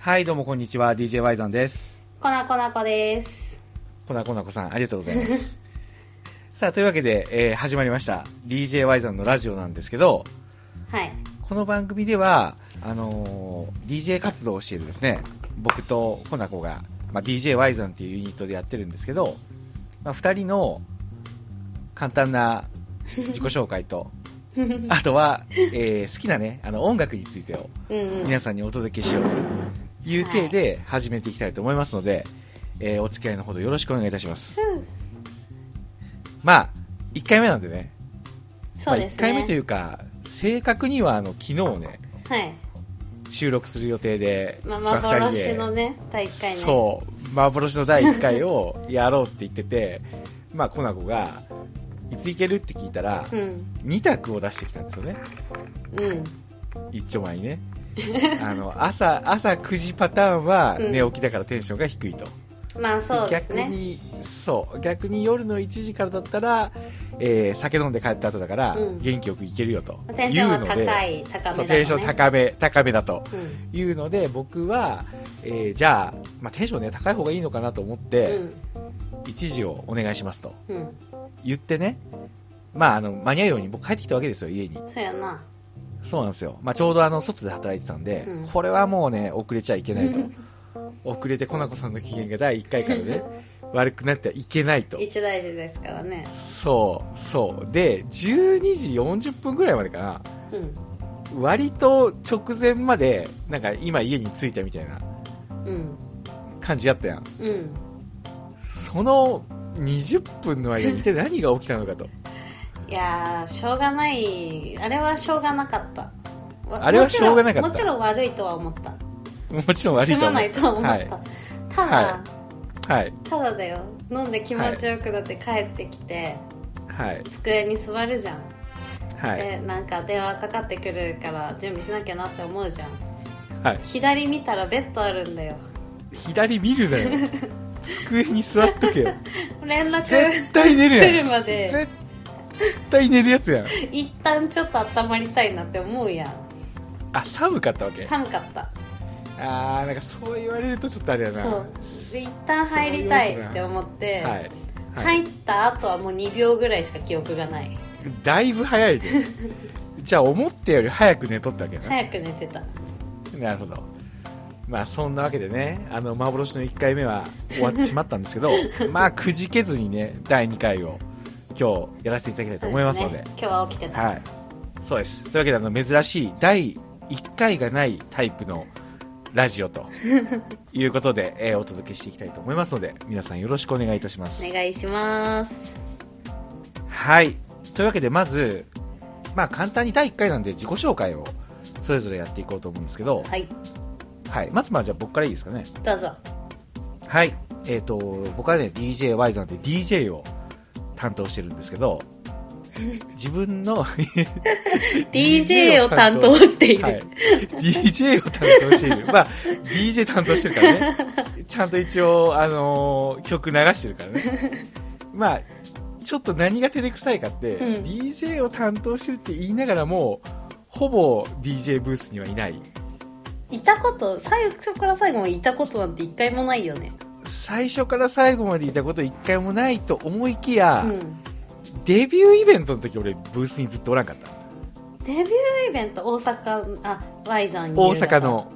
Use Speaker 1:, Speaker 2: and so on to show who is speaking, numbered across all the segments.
Speaker 1: はい、どうもこんにちは。DJ ワイザンです。
Speaker 2: こなこなこです。
Speaker 1: こなこなこさん、ありがとうございます。さあ、というわけで、えー始まりました。DJ ワイザンのラジオなんですけど、
Speaker 2: はい。
Speaker 1: この番組では、あのー DJ 活動をしているですね、僕とコナコが、まあ、DJ ワイザンっていうユニットでやってるんですけど、まあ、2人の簡単な自己紹介と、あとは、えー好きなね、あの音楽についてを
Speaker 2: うんうん。
Speaker 1: 皆さんにお届けしようという体で始めていきたいと思いますので、えーお付き合いのほどよろしくお願いいたします。
Speaker 2: うん
Speaker 1: まあ、1回目なんでね、
Speaker 2: そうですね。
Speaker 1: 1回目というか、正確にはあの昨日ね、
Speaker 2: はい。
Speaker 1: 収録する予定で、
Speaker 2: まあ、
Speaker 1: まあ二人
Speaker 2: 幻
Speaker 1: で
Speaker 2: のね、第1回ね。
Speaker 1: そう、幻の第1回を やろうって言ってて、まあ、コナコが、いつ行けるって聞いたら、
Speaker 2: うん。
Speaker 1: 2択を出してきたんですよね。
Speaker 2: うん。
Speaker 1: 一丁前に ね。あの、朝、朝9時パターンは寝起きだからテンションが低いと。
Speaker 2: まあ、そうです
Speaker 1: 逆
Speaker 2: ね。
Speaker 1: に、そう、逆に夜の1時からだったら、えー酒飲んで帰った後だから
Speaker 2: う、ん
Speaker 1: 元気よく行けるよと。
Speaker 2: テンションは高い、高めだ、ね。
Speaker 1: そう、テンション高め、高めだと。
Speaker 2: うん。
Speaker 1: いうので、僕は、えーじゃあ、まあ、テンションね、高い方がいいのかなと思って、1時をお願いしますと
Speaker 2: うん。うん。
Speaker 1: 言ってね、まあ、あの、間に合うように僕帰ってきたわけですよ、家に。
Speaker 2: そうやな。
Speaker 1: そうなんですよ。まあ、ちょうどあの、外で働いてたんで、
Speaker 2: うん
Speaker 1: これはもうね、遅れちゃいけない と。
Speaker 2: うん
Speaker 1: 遅れて、コナコさんの機嫌が第1回からね、悪くなってはいけないと。
Speaker 2: 一大事ですからね。
Speaker 1: そう、そう。で、12時40分ぐらいまでかな。
Speaker 2: うん。
Speaker 1: 割と直前まで、なんか今家に着いたみたいな
Speaker 2: うん。
Speaker 1: 感じやったやん。
Speaker 2: うん。
Speaker 1: その20分の 間に一体何が起きたのかと。
Speaker 2: いやー、しょうがない。あれはしょうがなかった。わ
Speaker 1: あれはしょうがなかった
Speaker 2: もちろんもちろん悪いとは思った。
Speaker 1: もちろん悪い
Speaker 2: す
Speaker 1: とは思
Speaker 2: まな
Speaker 1: う
Speaker 2: いとは思った。
Speaker 1: はい。
Speaker 2: ただ、
Speaker 1: ははい。
Speaker 2: ただだよ飲んで気持ちよくなって帰ってきて、
Speaker 1: はい。
Speaker 2: 机に座るじゃん、
Speaker 1: はい。
Speaker 2: でなんか電話かかってくるから準備しなきゃなって思うじゃん
Speaker 1: はい。
Speaker 2: 左見たらベッドあるんだよ
Speaker 1: 左見るなよ。机に座っとけ よ。
Speaker 2: 連絡
Speaker 1: 絶対寝る
Speaker 2: 来る
Speaker 1: やん。
Speaker 2: ま
Speaker 1: 絶
Speaker 2: で
Speaker 1: 対寝るやつやん。
Speaker 2: 一旦ちょっと温まりたいなって思うやん
Speaker 1: あ、寒かったわけ。
Speaker 2: 寒かった
Speaker 1: あー、なんかそう言われるとちょっとあれやな。
Speaker 2: そうで一旦入りたいって思って、
Speaker 1: はい。
Speaker 2: 入った後はもう2秒ぐらいしか記憶がない
Speaker 1: だいぶ早 いでじゃあ思ったより早く寝とったわけね、
Speaker 2: 早く寝てた
Speaker 1: なるほどまあそんなわけでねあの幻の1回目は終わってしまったんですけ どまあくじけずにね第2回を今日やらせていただきたいと思いますので
Speaker 2: ね今日は起きてた、
Speaker 1: はいそうですというわけであの珍しい第1回がないタイプのラジオということで、えーお届けしていきたいと思いますので皆さんよろしくお願いいたします
Speaker 2: お願いします
Speaker 1: はい。というわけで、まず、まあ、簡単に第1回なんで自己紹介をそれぞれやっていこうと思うんですけど、は。
Speaker 2: はいい
Speaker 1: まず、まあ、じゃあ僕からいいですかね。
Speaker 2: どうぞ
Speaker 1: はい。えっ、と、僕はね、DJY さんって DJ を担当してるんですけ ど、自分の
Speaker 2: DJ を担当している
Speaker 1: はい、DJ を担当している。まあ、DJ 担当してるからね。ちゃんと一応、あのー曲流してるからね。まあ、ちょっと何が照れくさいかって、
Speaker 2: うん
Speaker 1: DJ を担当してるって言いながらも、ほぼ DJ ブースにはいない。
Speaker 2: いたこと、最初から最後までいたことなんて一回もないよね。
Speaker 1: 最初から最後までいたこと一回もないと思いきや、
Speaker 2: うん。
Speaker 1: デビューイベントの時俺ブースにずっとおらんかった。
Speaker 2: デビューイベント、大阪、あ、Y さん夕方
Speaker 1: 大阪。の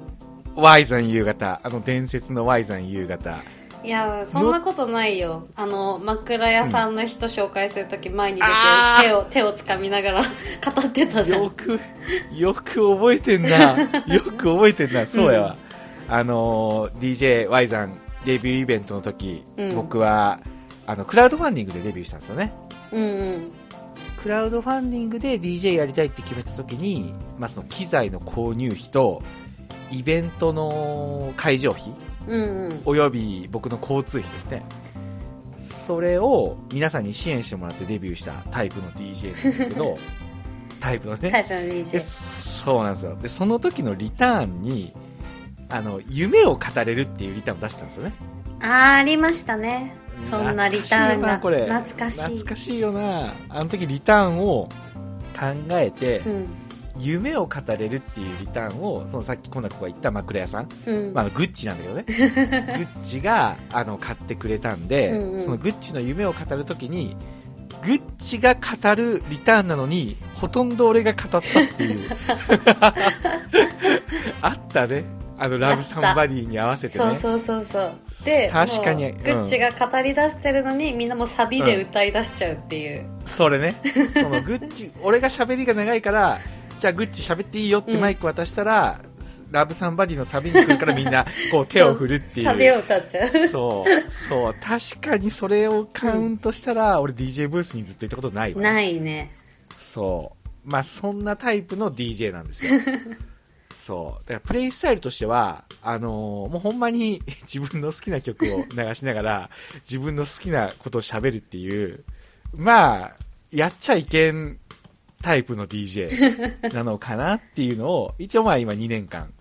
Speaker 1: Y 山夕方、あの伝説の Y 山夕方。
Speaker 2: いや、そんなことないよ。あの、枕屋さんの人紹介するとき前に出て
Speaker 1: あー、
Speaker 2: 手を、手を掴みながら 語ってたじ ゃ
Speaker 1: よ
Speaker 2: ん。
Speaker 1: く、よく覚えてん な。よく覚えてんな。そうやわ。あのー、DJY さんデビューイベントの時、
Speaker 2: うん
Speaker 1: 僕は、あの、クラウドファンディングでデビューしたんですよね。
Speaker 2: うんうん。
Speaker 1: クラウドファンディングで DJ やりたいって決めた時に、まあ、その機材の購入費と、イベントの会場費、
Speaker 2: うんうん。
Speaker 1: および僕の交通費ですね。それを皆さんに支援してもらってデビューしたタイプの DJ なんですけ ど、タイプのね。
Speaker 2: タイプの
Speaker 1: で
Speaker 2: DJ。
Speaker 1: そうなんですよ。で、その時のリターンに、あの、夢を語れるっていうリターンを出したんですよね。
Speaker 2: あー、ありましたね。そんなリターンが。
Speaker 1: 懐かしいよなこれ。
Speaker 2: 懐かしい。
Speaker 1: 懐かしいよな。あの時リターンを考えて、
Speaker 2: うん。
Speaker 1: 夢を語れるっていうリターンを、そのさっきコナコが言った枕屋さん、
Speaker 2: うん。
Speaker 1: まあ、グッチなんだけど ね、グッチがあの買ってくれたんで、
Speaker 2: うんうん
Speaker 1: そのグッチの夢を語るときに、グッチが語るリターンなのに、ほとんど俺が語ったって いう。あったね。あの、ラブサンバリーに合わせてね。
Speaker 2: そうそうそうそう。で、
Speaker 1: 確かに
Speaker 2: もう
Speaker 1: うん
Speaker 2: グッチが語り出してるのに、みんなもうサビで歌い出しちゃうっていう。
Speaker 1: そ れね。そのグッチ、俺が喋りが長いから、じゃあグッチ喋っていいよってマイク渡したら、ラブサンバディのサビに来るからみんな、こう手を振るっていう。
Speaker 2: サビを歌っちゃう。
Speaker 1: そう、そう、確かにそれをカウントしたら、俺 DJ ブースにずっといたことないわ、ね。
Speaker 2: ないね。
Speaker 1: そう。まあ、そんなタイプの DJ なんです よ。そう。だから、プレイスタイルとしては、あのーもうほんまに 自分の好きな曲を流しながら、自分の好きなことを喋るっていう、まあ、やっちゃいけんタイプの DJ なのかなっていうのを、一応まあ今2年間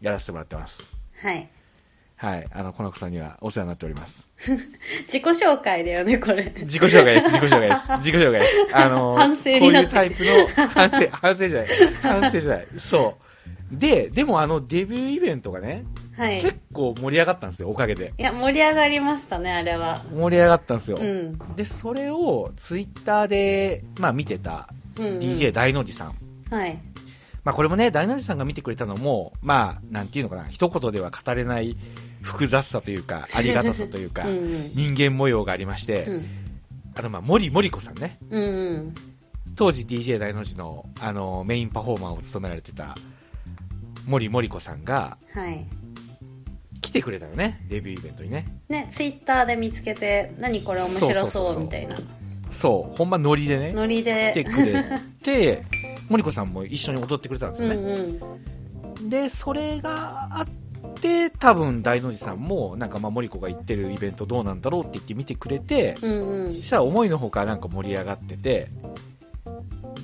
Speaker 1: やらせてもらってます。
Speaker 2: はい。
Speaker 1: はい。あの、この子さんにはお世話になっております。
Speaker 2: 自己紹介だよね、これ。
Speaker 1: 自己紹介です、自己紹介 です、自己紹介です。あの、
Speaker 2: 反省
Speaker 1: こ
Speaker 2: に
Speaker 1: う
Speaker 2: な
Speaker 1: いう
Speaker 2: って
Speaker 1: タイプの、反省、反省じゃない、反省じゃない、そう。で、でもあの、デビューイベントがね、
Speaker 2: はい。
Speaker 1: 結構盛り上がったんですよ、おかげで。
Speaker 2: いや、盛り上がりましたね、あれは。
Speaker 1: 盛り上がったんですよ。
Speaker 2: うん。
Speaker 1: で、それをツイッターで、まあ見てた、
Speaker 2: うん、うん。
Speaker 1: DJ 大の字さん。
Speaker 2: はい。
Speaker 1: まあこれもね、大の字さんが見てくれたのも、まあ、なんていうのかな、一言では語れない複雑さというか、ありがたさというか
Speaker 2: う、ん
Speaker 1: 人間模様がありまして、
Speaker 2: うん。
Speaker 1: あの、まあ、森森子さんね。
Speaker 2: うんうん。
Speaker 1: 当時 DJ 大の字のあのメインパフォーマーを務められてた森森子さんが
Speaker 2: はい。
Speaker 1: 来てくれたのね、デビューイベントにね。
Speaker 2: ね、ツイッターで見つけて、何これ面
Speaker 1: そ
Speaker 2: 白
Speaker 1: うそう
Speaker 2: そ
Speaker 1: そう
Speaker 2: う
Speaker 1: そう
Speaker 2: みたいな。
Speaker 1: そう、ほんまノリでね、
Speaker 2: ノリ
Speaker 1: 来て
Speaker 2: で。
Speaker 1: くれて、森子さんも一緒に踊ってくれたんです
Speaker 2: う
Speaker 1: よ
Speaker 2: ん
Speaker 1: ね。
Speaker 2: うん。
Speaker 1: で、それがあって、多分大の字さんも、なんかまあ森子が行ってるイベントどうなんだろうって言って見てくれて、
Speaker 2: うんうん
Speaker 1: そ。したら思いのほかなんか盛り上がってて、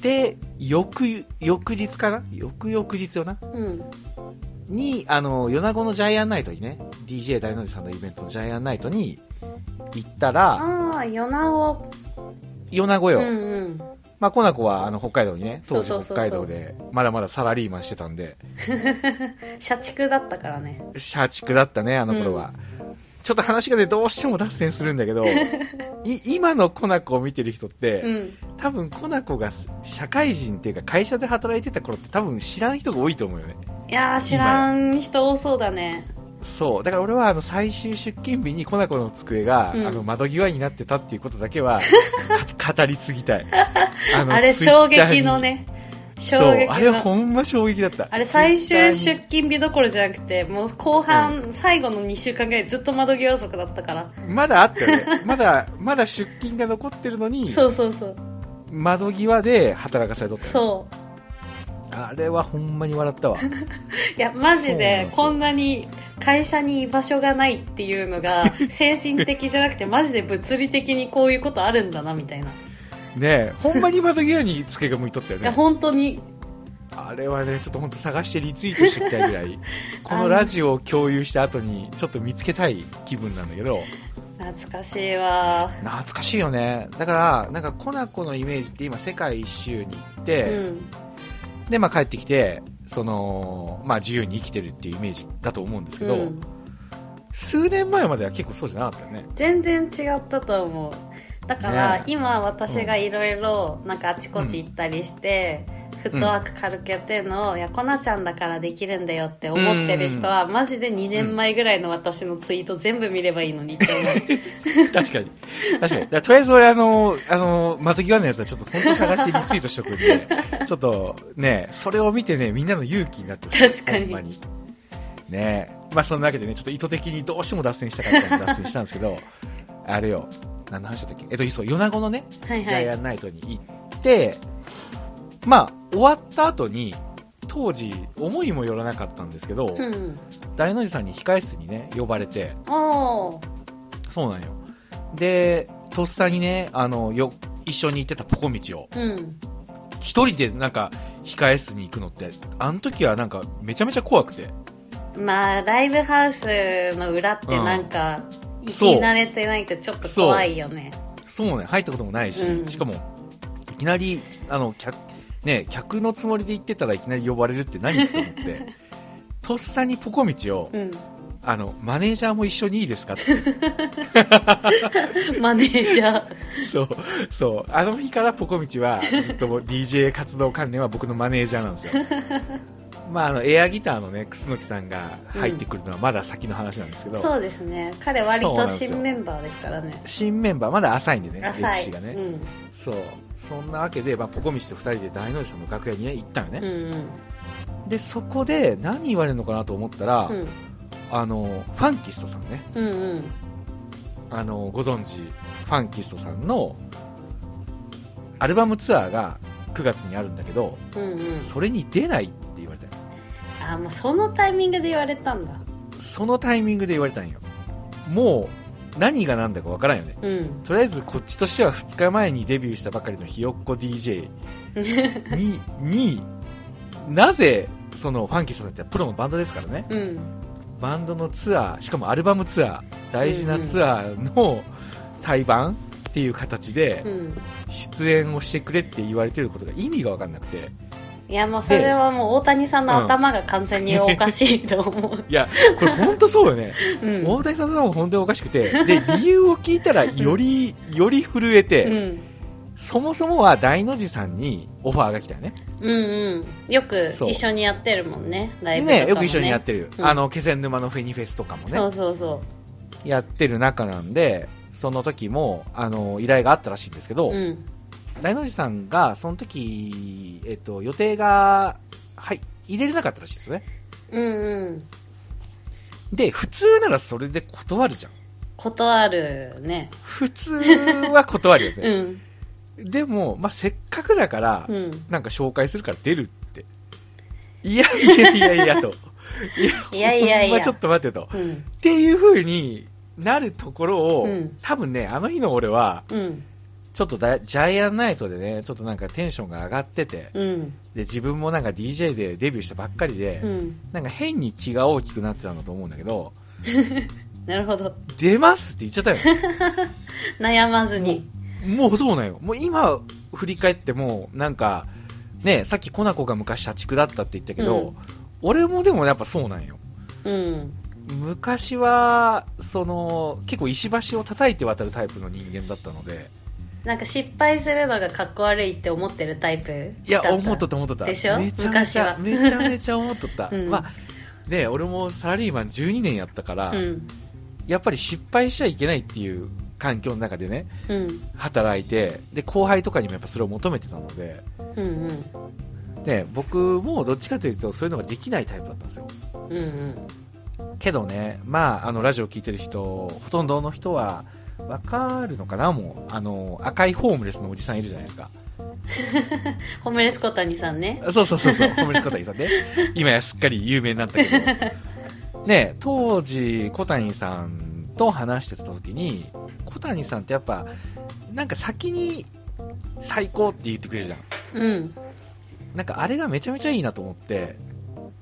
Speaker 1: で、翌、翌日かな翌々日よな
Speaker 2: うん。
Speaker 1: に、あの、米子のジャイアンナイトにね、DJ 大の字さんのイベントのジャイアンナイトに行ったら、
Speaker 2: ああ、ヨナオ。
Speaker 1: 米子
Speaker 2: う
Speaker 1: よ。
Speaker 2: んうん。
Speaker 1: まあ、コナコは、あの、北海道にね、当時
Speaker 2: そうそうそ
Speaker 1: 北
Speaker 2: うそう
Speaker 1: 海道で、まだまだサラリーマンしてたんで、
Speaker 2: 社畜だったからね。
Speaker 1: 社畜だったね、あの頃は。ちょっと話がね、どうしても脱線するんだけ ど、い今のコナコを見てる人って、
Speaker 2: うん。
Speaker 1: 多分コナコが社会人っていうか会社で働いてた頃って多分知らん人が多いと思うよね。
Speaker 2: いやー、知らん人多そうだね。
Speaker 1: そう。だから俺は、あの、最終出勤日にコナコの机が、
Speaker 2: うん
Speaker 1: あの、窓際になってたっていうことだけ は、か語り継ぎたい。あ
Speaker 2: あれ、衝撃の。ね。
Speaker 1: ツイ
Speaker 2: 衝
Speaker 1: ッターにそ
Speaker 2: 撃
Speaker 1: う。
Speaker 2: の。
Speaker 1: あれほんま衝撃だった。
Speaker 2: あれ最終
Speaker 1: ツイ
Speaker 2: 出
Speaker 1: ッ
Speaker 2: 勤日どころじゃなくて、もう後半、最後の2週間ぐらいずっと窓際族だったから。
Speaker 1: ターにまだあったよね。まだ、まだ出勤が残ってるのに、
Speaker 2: そうそうそう。
Speaker 1: 窓際で働かされとったよ。
Speaker 2: そう。
Speaker 1: あれはほんまに笑った わ。
Speaker 2: いや、マ
Speaker 1: そ
Speaker 2: ジ
Speaker 1: うなん
Speaker 2: で
Speaker 1: で、すよ
Speaker 2: こんなに会社に居場所がないっていうの が、精神的じゃなくて、マジで物理的にこういうことあるんだな、みたいな。
Speaker 1: ねえ、ほんまに窓際に机が向いとったよ
Speaker 2: いや、
Speaker 1: ね。
Speaker 2: 本当に、
Speaker 1: あれはね、ちょっとほんと探してリツイートしてきたいぐらい、このラジオを共有した後に、ちょっと見つけたい気分なんだけど。
Speaker 2: 懐かしいわ。
Speaker 1: 懐かしいよねだからなんかコナコのイメージって今世界一周に行っ
Speaker 2: う
Speaker 1: て、
Speaker 2: ん。
Speaker 1: でまあ帰ってきてそのまあ自由に生きてるっていうイメージだと思うんですけ
Speaker 2: う
Speaker 1: ど、
Speaker 2: ん。
Speaker 1: 数年前までは結構そうじゃなかったよね
Speaker 2: 全然違ったと思う。だから、
Speaker 1: ね
Speaker 2: 今私がいろいろ、なんかあちこち行ったりして、フットワーク軽くやってるのを、いや、コナちゃんだからできるんだよって思ってる人は、マジで2年前ぐらいの私のツイート全部見ればいいのにって思う。
Speaker 1: 確かに確かにだからとりあえず俺あのあのまず際のやつはちょっと本当探してリツイートしとくん でちょっとねそれを見てねみんなの勇気になってほしい
Speaker 2: 確かに
Speaker 1: ほんまにねまあそんなわけでねちょっと意図的にどうしても脱線したかったんで脱線したんですけどあれよ何の話だったっけえっとそう米子のね
Speaker 2: はい
Speaker 1: ジャイア
Speaker 2: は
Speaker 1: ンナイトに行って、まあ、終わった後に、当時、思いもよらなかったんですけど、
Speaker 2: い。うん。
Speaker 1: 大の字さんに控え室にね、呼ばれて、
Speaker 2: おー。
Speaker 1: そうなんよ。で、とっさにね、あの、よ、一緒に行ってたポコ道を、
Speaker 2: うん。
Speaker 1: 一人でなんか、控え室に行くのって、あの時はなんか、めちゃめちゃ怖くて。
Speaker 2: まあ、ライブハウスの裏ってなんか、
Speaker 1: ん
Speaker 2: 生き慣れてないとちょっと怖いよね。
Speaker 1: そうね、入ったこともないし、
Speaker 2: うん
Speaker 1: しかも、いきなり、あの、客、ね、客のつもりで行ってたらいきなり呼ばれるって何と思って とっさにポコ道を、
Speaker 2: うん。
Speaker 1: あのマネージャーも一緒にいいですか って
Speaker 2: マネージャー。
Speaker 1: そう、そう。あの日からポコミチは、ずっともう DJ 活動関連は僕のマネージャーなんですよ。 まあ、あの、エアギターのね、楠木さんが入ってくるのはまだ先の話なんですけど、
Speaker 2: そうですね。彼割
Speaker 1: そうなん
Speaker 2: と
Speaker 1: ですよ
Speaker 2: 新メンバーですからね。
Speaker 1: 新メンバー、まだ浅いんでね、歴
Speaker 2: 浅い。
Speaker 1: 史がね。
Speaker 2: うん。
Speaker 1: そう。そんなわけで、まあ、ポコミチと二人で大の字さんの楽屋にね、行ったよ
Speaker 2: うん
Speaker 1: ね。で、そこで何言われるのかなと思ったら、
Speaker 2: うん。
Speaker 1: あの、ファンキストさんね。
Speaker 2: うんうん。
Speaker 1: あの、ご存知、ファンキストさんの、アルバムツアーが9月にあるんだけど、
Speaker 2: うんうん。
Speaker 1: それに出ないって言われたよ
Speaker 2: あ、もうそのタイミングで言われたんだ。
Speaker 1: そのタイミングで言われたんよもう何が何だかわからんよね
Speaker 2: うん。
Speaker 1: とりあえずこっちとしては2日前にデビューしたばかりのひよっこ DJ にになぜそのファンキーさんだってプロのバンドですからね
Speaker 2: うん。
Speaker 1: バンドのツアーしかもアルバムツアー大事なツアーの対バンっていう形
Speaker 2: う
Speaker 1: で
Speaker 2: ん。
Speaker 1: 出演をしてくれって言われてることが意味がわかんなくて
Speaker 2: いや、もうそれはもう大谷さんの頭が完全におかしいと思う。
Speaker 1: いやこれ本当そうよね
Speaker 2: うん。
Speaker 1: 大谷さんの方も本当におかしくて、で、理由を聞いたらより、より震えて、
Speaker 2: うん。
Speaker 1: そもそもは大の字さんにオファーが来たよね。
Speaker 2: うんうん。よく
Speaker 1: そう
Speaker 2: 一緒にやってるもんね、ライ
Speaker 1: で
Speaker 2: ブとかも
Speaker 1: ね、よく一緒にやってる。
Speaker 2: うん
Speaker 1: あの、気仙沼のフェニフェスとかも
Speaker 2: そ
Speaker 1: ね
Speaker 2: う、そうそ
Speaker 1: やってる中なんで、その時も、あの、依頼があったらしいんですけど、
Speaker 2: う。うん。
Speaker 1: 大の字さんが、その時、えっと、予定が、はい、入れれなかったらしいですね。
Speaker 2: うんうん。
Speaker 1: で、普通ならそれで断るじゃん。
Speaker 2: 断るね。
Speaker 1: 普通は断るよ
Speaker 2: う
Speaker 1: ね。
Speaker 2: ん。
Speaker 1: でも、まあ、せっかくだから、
Speaker 2: うん。
Speaker 1: なんか紹介するから出る って。いやいやいやいやと。
Speaker 2: いやいやい
Speaker 1: ほんま
Speaker 2: や。
Speaker 1: ちょっと待ってと。
Speaker 2: うん。
Speaker 1: っていう風になるところを、
Speaker 2: うん
Speaker 1: 多分ね、あの日の俺は、
Speaker 2: うん。
Speaker 1: ちょっとだジャイアンナイトでね、ちょっとなんかテンションが上がってて、で、
Speaker 2: うん。
Speaker 1: 自分もなんか DJ でデビューしたばっかりで、
Speaker 2: うん。
Speaker 1: なんか変に気が大きくなってたんだと思うんだけど、
Speaker 2: なるほど。
Speaker 1: 出ますって言っちゃったよ。
Speaker 2: 悩まずに。
Speaker 1: もうそうなんよ。もう今振り返っても、なんか、ね、さっきコナコが昔社畜だったって言ったけど、
Speaker 2: うん
Speaker 1: 俺もでもやっぱそうなんよ。
Speaker 2: うん。
Speaker 1: 昔は、その、結構石橋を叩いて渡るタイプの人間だったので、
Speaker 2: なんか失敗するのがかっこ悪いって思ってるタイプ
Speaker 1: いや、
Speaker 2: だた
Speaker 1: 思っとった思っとった。
Speaker 2: でしょ
Speaker 1: めちゃめちゃ、
Speaker 2: 昔は
Speaker 1: めちゃめちゃ思っとった。
Speaker 2: うん
Speaker 1: まあ、ね、俺もサラリーマン12年やったから、
Speaker 2: うん。
Speaker 1: やっぱり失敗しちゃいけないっていう環境の中でね、
Speaker 2: うん。
Speaker 1: 働いて、で、後輩とかにもやっぱそれを求めてたので、
Speaker 2: うんうん。
Speaker 1: ね、僕もどっちかというとそういうのができないタイプだったんですよ。
Speaker 2: うんうん。
Speaker 1: けどね、まあ、あの、ラジオ聞いてる人、ほとんどの人は、わかるのかなもう、あの、赤いホームレスのおじさんいるじゃないですか。
Speaker 2: ホメレス小谷さんね。
Speaker 1: そうそうそうそう、ホームレス小谷さんね。今やすっかり有名になったけど。ね、当時、小谷さんと話してた時に、小谷さんってやっぱ、なんか先に最高って言ってくれるじゃん。
Speaker 2: うん。
Speaker 1: なんかあれがめちゃめちゃいいなと思って、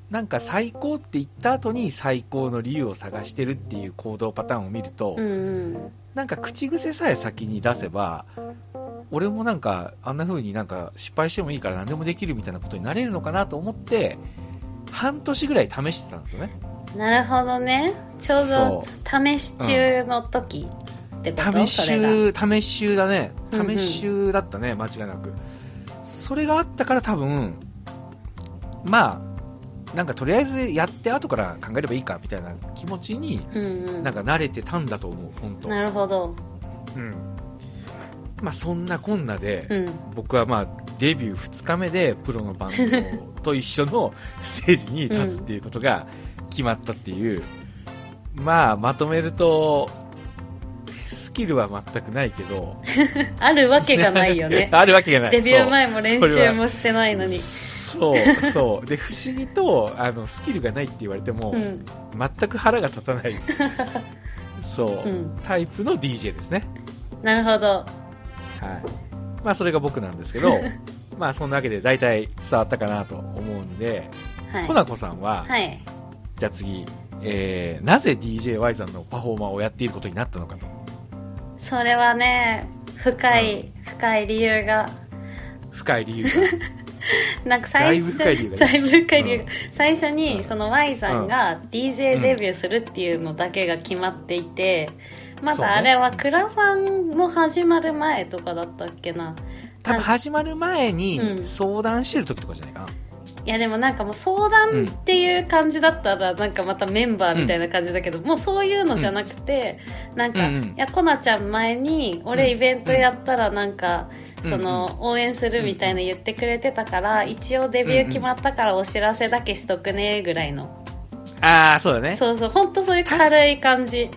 Speaker 1: なんか最高って言った後に最高の理由を探してるっていう行動パターンを見ると、
Speaker 2: うんうん。
Speaker 1: なんか口癖さえ先に出せば、俺もなんかあんな風になんか失敗してもいいから何でもできるみたいなことになれるのかなと思って、半年ぐらい試してたんですよね。
Speaker 2: なるほどね。ちょうど
Speaker 1: そ
Speaker 2: 試し中の時ってこ
Speaker 1: 試
Speaker 2: と、それが。
Speaker 1: し中、試し中だね。
Speaker 2: うんうん
Speaker 1: 試し中だったね、間違いなく。それがあったから多分、まあ、なんかとりあえずやって後から考えればいいかみたいな気持ちに
Speaker 2: うんうん。
Speaker 1: なんか慣れてたんだと思う、本当。
Speaker 2: なるほど。
Speaker 1: うん。まあそんなこんなで、
Speaker 2: うん。
Speaker 1: 僕はまあデビュー2日目でプロのバンド と一緒のステージに立つっていうことが決まったっていう、まあまとめるとスキルは全くないけど
Speaker 2: あるわけがないよね。
Speaker 1: あるわけが ない
Speaker 2: デビュー前も
Speaker 1: そ
Speaker 2: 練
Speaker 1: うそれ
Speaker 2: 習
Speaker 1: は
Speaker 2: もしてないのに。
Speaker 1: そうそうで不思議とあのスキルがないって言われても、
Speaker 2: うん。
Speaker 1: 全く腹が立たない そう、
Speaker 2: うん
Speaker 1: タイプの DJ ですね
Speaker 2: なるほど。
Speaker 1: はい。まあ、それが僕なんですけ ど、まあ、そんなわけで大体伝わったかなと思うんで、
Speaker 2: はい
Speaker 1: コ。ナコさんは、
Speaker 2: はい。
Speaker 1: じゃあ次、えー、なぜ DJY さんのパフォーマーをやっていることになったのかと。
Speaker 2: それはね、深い、深い理由が。
Speaker 1: 深い理由
Speaker 2: なんか最初
Speaker 1: だいぶ深い理由がいる
Speaker 2: だいぶ深い理由が
Speaker 1: うん
Speaker 2: 最初にその Y さんが DJ デビューするっていうのだけが決まっていて、ま
Speaker 1: そうね
Speaker 2: だあれはクラファンも始まる前とかだったっけな
Speaker 1: 多分始まる前
Speaker 2: う
Speaker 1: に
Speaker 2: ん
Speaker 1: 相談してる時とかじゃないかな。
Speaker 2: いやでもなんかもう相談っていう感じだったらなんかまたメンバーみたいな感じだけど、もうそういうのじゃなくて、なんか、
Speaker 1: うんうん
Speaker 2: いやコナちゃん前に
Speaker 1: うん
Speaker 2: 俺イベントやったらなんか、
Speaker 1: うん
Speaker 2: その応援するみたいな言ってくれてたから、一応デビュー決まったからお知らせだけしとくねぐらいの、
Speaker 1: ああ、そうだね。
Speaker 2: そうそうほんとそういう軽い感じ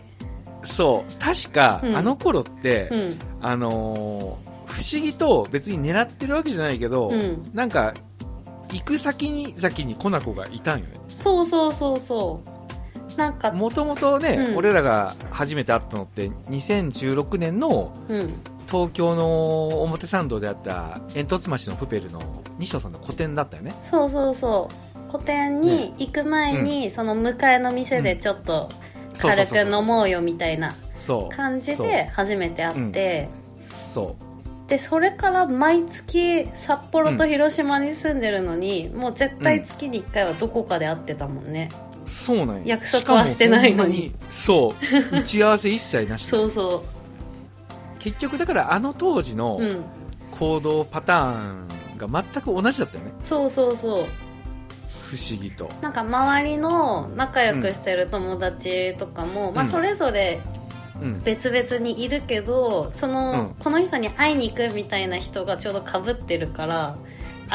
Speaker 1: そう。確か、
Speaker 2: うん
Speaker 1: あの頃って、
Speaker 2: うん
Speaker 1: あのー不思議と別に狙ってるわけじゃないけど、
Speaker 2: うん
Speaker 1: なんか、行く先に先にコナコがいたんよね。
Speaker 2: そうそうそうそうなんか
Speaker 1: もともとね、
Speaker 2: うん
Speaker 1: 俺らが初めて会ったのって、2016年の
Speaker 2: うん
Speaker 1: 東京の表参道であった煙突町のプペルの西野さんの個展だったよね。
Speaker 2: そうそうそう個展に行く前に、その向かいの店でちょっと
Speaker 1: そうそう
Speaker 2: 軽
Speaker 1: そ
Speaker 2: く
Speaker 1: うそう
Speaker 2: 飲もうよみたいな
Speaker 1: そう
Speaker 2: 感じで初めて会って、
Speaker 1: そう。
Speaker 2: でそれから毎月札幌と広島に住んでるのに、もう絶対月に1回はどこかで会ってたもんね、
Speaker 1: そうそうなんよ
Speaker 2: 約束はしてないのに
Speaker 1: しかもほんまにそう。打ち合わせ一切なし。
Speaker 2: そうそ
Speaker 1: 結局だからあの当時の
Speaker 2: う、うん、
Speaker 1: 行動パターンが全く同じだったよね。
Speaker 2: そうそうそう
Speaker 1: 不思議と。
Speaker 2: なんか周りの仲良くしてる友達とかも、
Speaker 1: ん
Speaker 2: まあ、
Speaker 1: うん
Speaker 2: それぞれ
Speaker 1: うん。
Speaker 2: 別々にいるけどその、
Speaker 1: うん
Speaker 2: この人に会いに行くみたいな人がちょうどかぶってるから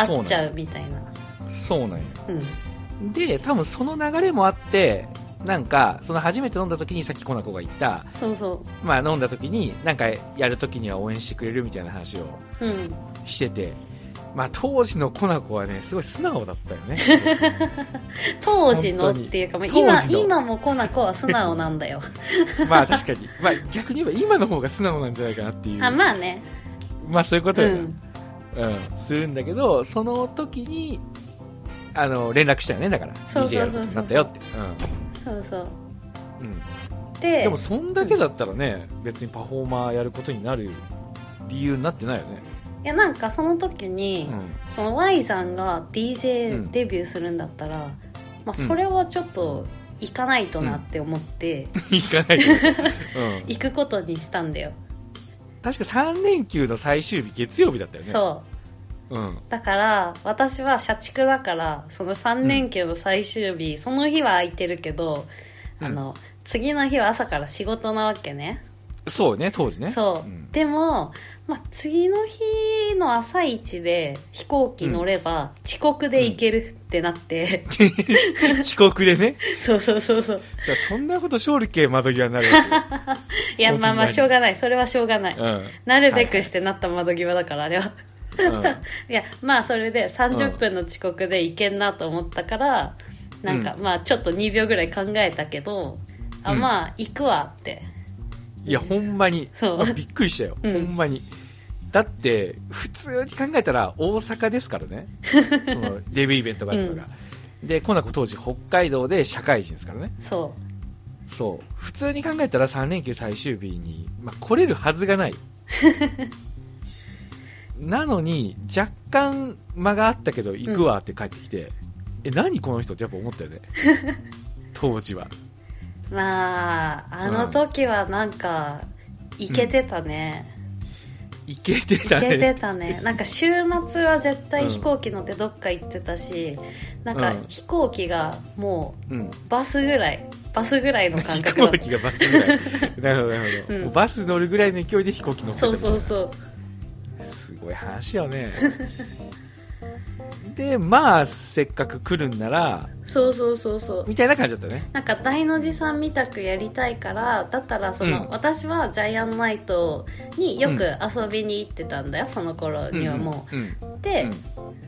Speaker 1: そう
Speaker 2: 会
Speaker 1: なん
Speaker 2: っちゃうみたいな
Speaker 1: そうなんよ。
Speaker 2: うん
Speaker 1: で、多分その流れもあって、なんか、その初めて飲んだ時にさっきコナコが言った、
Speaker 2: そうそ
Speaker 1: まあ飲んだ時に、なんかやる時には応援してくれるみたいな話を
Speaker 2: ううん
Speaker 1: してて、まあ当時のコナコはね、すごい素直だったよね。
Speaker 2: 当時の
Speaker 1: 本
Speaker 2: っ
Speaker 1: 当に
Speaker 2: ていうかもう
Speaker 1: 当
Speaker 2: 今
Speaker 1: 時の
Speaker 2: 今もコナコは素直なんだよ
Speaker 1: まあ確かに。まあ逆に言えば今の方が素直なんじゃないかなっていう。
Speaker 2: あまあね
Speaker 1: まあそういうこと
Speaker 2: う
Speaker 1: やな、
Speaker 2: ん
Speaker 1: うん、するんだけど、その時に、あの、連絡したよね、だから。
Speaker 2: そうそ
Speaker 1: DJ
Speaker 2: う
Speaker 1: やることになったよって。
Speaker 2: そうそう
Speaker 1: うん。うん。
Speaker 2: で
Speaker 1: でも、そんだけだったらね、別にパフォーマーやることになる理由になってないよね。
Speaker 2: いやなんかその時に、
Speaker 1: う
Speaker 2: その Y さんが
Speaker 1: う
Speaker 2: DJ
Speaker 1: ん
Speaker 2: デビューするんだったら、まあ、それはちょっと行かないとなって思って、
Speaker 1: ん。 いかない けど。うん。
Speaker 2: 行くことにしたんだよ、
Speaker 1: 確か3連休の最終日、月曜日だったよね。
Speaker 2: そう
Speaker 1: う。うん。
Speaker 2: だから私は社畜だからその3連休の最終日、その日は空いてるけど、
Speaker 1: うん
Speaker 2: あの次の日は朝から仕事なわけね
Speaker 1: そうね、当時ね。
Speaker 2: そう、
Speaker 1: ん
Speaker 2: でも、まあ、次の日の朝一で飛行機乗れば遅刻で行けるってなって、
Speaker 1: 遅刻でね。
Speaker 2: そうそうそうそう
Speaker 1: さそんなこと勝利系窓際になるわ
Speaker 2: いや
Speaker 1: ほんまに
Speaker 2: まあまあしょうがないそ れはしょうがない、
Speaker 1: け。うん。
Speaker 2: なるべくしてなった窓際だからあれは
Speaker 1: うん。
Speaker 2: いやまあそれで30分の遅刻で行けんなと思ったから、なんか
Speaker 1: う
Speaker 2: まあちょっと2秒ぐらい考えたけど、あ
Speaker 1: うん
Speaker 2: まあ行くわって
Speaker 1: いや、ほんまに。
Speaker 2: そう
Speaker 1: まあびっくりしたよ。
Speaker 2: うん
Speaker 1: ほんまに。だって、普通に考えたら大阪ですから ね。そのデビューイベントがあるのが。で、コナコ当時北海道で社会人ですからね。
Speaker 2: そ
Speaker 1: そう。普通に考えたら3連休最終日に、まあ、来れるはずが ない。なのに、若干間があったけど行くわって帰ってきて、え、何この人ってやっぱ思った よね。当時は。
Speaker 2: うまああの時はなんか行けてたね、
Speaker 1: 行けてた
Speaker 2: 行
Speaker 1: ね。
Speaker 2: けてたねなんか週末は絶対飛行機乗ってどっか行ってたし、なんか
Speaker 1: うん
Speaker 2: 飛行機がも
Speaker 1: うん。
Speaker 2: うバスぐらいバスぐらいの感
Speaker 1: 飛
Speaker 2: 覚だっ
Speaker 1: 行
Speaker 2: た
Speaker 1: 機がバスぐらい。な るほど、なるほど。
Speaker 2: うん
Speaker 1: もうバス乗るぐらいの勢いで飛行機乗ってたみ
Speaker 2: そう
Speaker 1: たい
Speaker 2: そ
Speaker 1: な
Speaker 2: うそう
Speaker 1: すごい話よね。で、まあ、せっかく来るんなら、
Speaker 2: そうそうそうそう
Speaker 1: みたいな感じだったね。
Speaker 2: なんか大の字さんみたくやりたいからだったらその、
Speaker 1: うん
Speaker 2: 私はジャイアンナイトによく遊びに行ってたんだよ、その頃 にはも
Speaker 1: うん。うん
Speaker 2: う、で、
Speaker 1: うん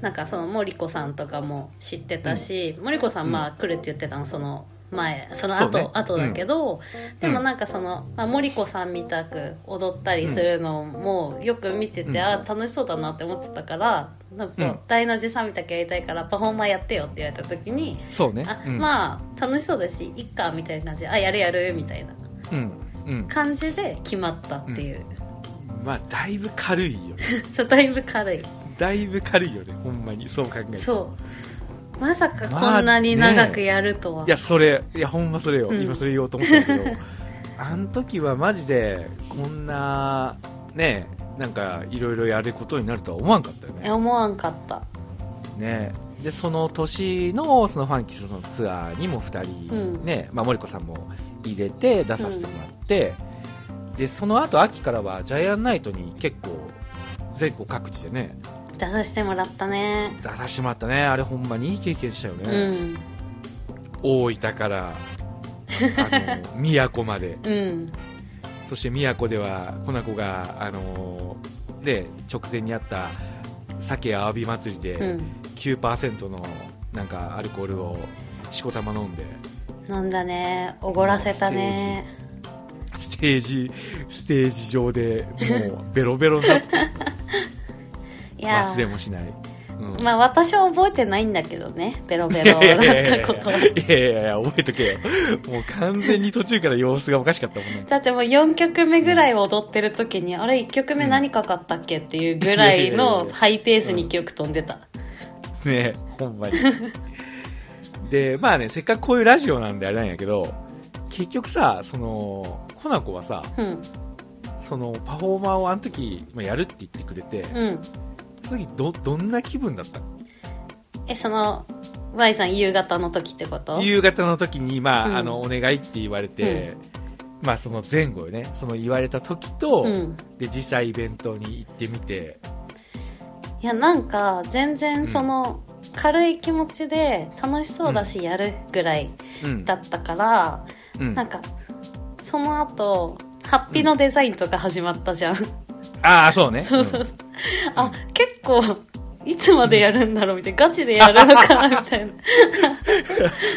Speaker 2: なんかその森子さんとかも知ってたし、森子さんまあ来るって言ってたのその前その後
Speaker 1: そうね
Speaker 2: 後だけど、
Speaker 1: ん
Speaker 2: でもなんかその、まあ、森子さんみたく踊ったりするのもよく見てて、
Speaker 1: うん
Speaker 2: あー楽しそうだなって思ってたからなんかこう、
Speaker 1: うん
Speaker 2: 大の字さんみたくやりたいからパフォーマーやってよって言われた時に
Speaker 1: そうね。
Speaker 2: あ
Speaker 1: うん、
Speaker 2: まあ楽しそうだしいっかみたいな感じであやるやるみたいな
Speaker 1: うん。うん。
Speaker 2: 感じで決まったっていう、
Speaker 1: まあ、だいぶ軽いよね。
Speaker 2: そうだいぶ軽い
Speaker 1: だいぶ軽いよね、ほんまに、そう考えると。
Speaker 2: そう。まさかこんなに長くやるとは。
Speaker 1: いや、それ、いや、ほんまそれよ、
Speaker 2: うん
Speaker 1: 今それ言おうと思ったんだけど、 あの時はマジで、こんな、ね、なんか、いろいろやることになるとは思わんかったよ
Speaker 2: いや
Speaker 1: ね。
Speaker 2: 思わんかった。
Speaker 1: ねで、その年の、そのファンキスのツアーにも2人、
Speaker 2: うん
Speaker 1: ね、まあ、森子さんも入れて、出させてもらって、で、その後、秋からは、ジャイアンナイトに結構、全国各地でね、
Speaker 2: 出させてもらったね。
Speaker 1: 出させてもらったね。あれ、ほんまにいい経験したよね。
Speaker 2: うん。
Speaker 1: 大分から、あ の、宮古まで。
Speaker 2: うん。
Speaker 1: そして宮古では、コナコが、あのーで、直前にあった、鮭アワビ祭り
Speaker 2: う
Speaker 1: で、
Speaker 2: ん。
Speaker 1: 9%の、なんか、アルコールを、しこたま飲んで、
Speaker 2: なんだね。おごらせたね。
Speaker 1: ステージ、ステージ上で、も う、ベロベロになってた
Speaker 2: いや
Speaker 1: 忘れもしない。うん
Speaker 2: まあ私は覚えてないんだけどね。ベロ
Speaker 1: い
Speaker 2: ベロ
Speaker 1: やい
Speaker 2: だっ
Speaker 1: やいやい
Speaker 2: たこと。
Speaker 1: やいやいや、覚えとけよ。もう完全に途中から様子がおかしかったもんね。
Speaker 2: だってもう4曲目ぐらい踊ってる時に、あれ1曲目何かかったっけっていうぐらいのハイペースに記憶飛んでた。
Speaker 1: ね、 ほんまに。で、まあね、せっかくこういうラジオなんであれなんやけど、結局さ、その、コナコはさ、
Speaker 2: うん。
Speaker 1: その、パフォーマーをあの時、まあやるって言ってくれて、
Speaker 2: うん。
Speaker 1: その時ど、どんな気分だったの
Speaker 2: え、その、Y さん夕方の時ってこと
Speaker 1: 夕方の時に、まあ、
Speaker 2: うん
Speaker 1: あの、お願いって言われて、まあ、その前後よね、その言われた時と、
Speaker 2: うん。
Speaker 1: で、実際イベントに行ってみて、
Speaker 2: いや、なんか、全然その、軽い気持ちで楽しそうだしやるぐらい
Speaker 1: うん。
Speaker 2: だったから、
Speaker 1: うん、
Speaker 2: なん
Speaker 1: あ
Speaker 2: か、その後、ハッピーのデザインとか始まったじゃん。
Speaker 1: あー、そうね。
Speaker 2: そうそううんそう。あ、結構、いつまでやるんだろうみたいな。ガチでやるのかなみたいな。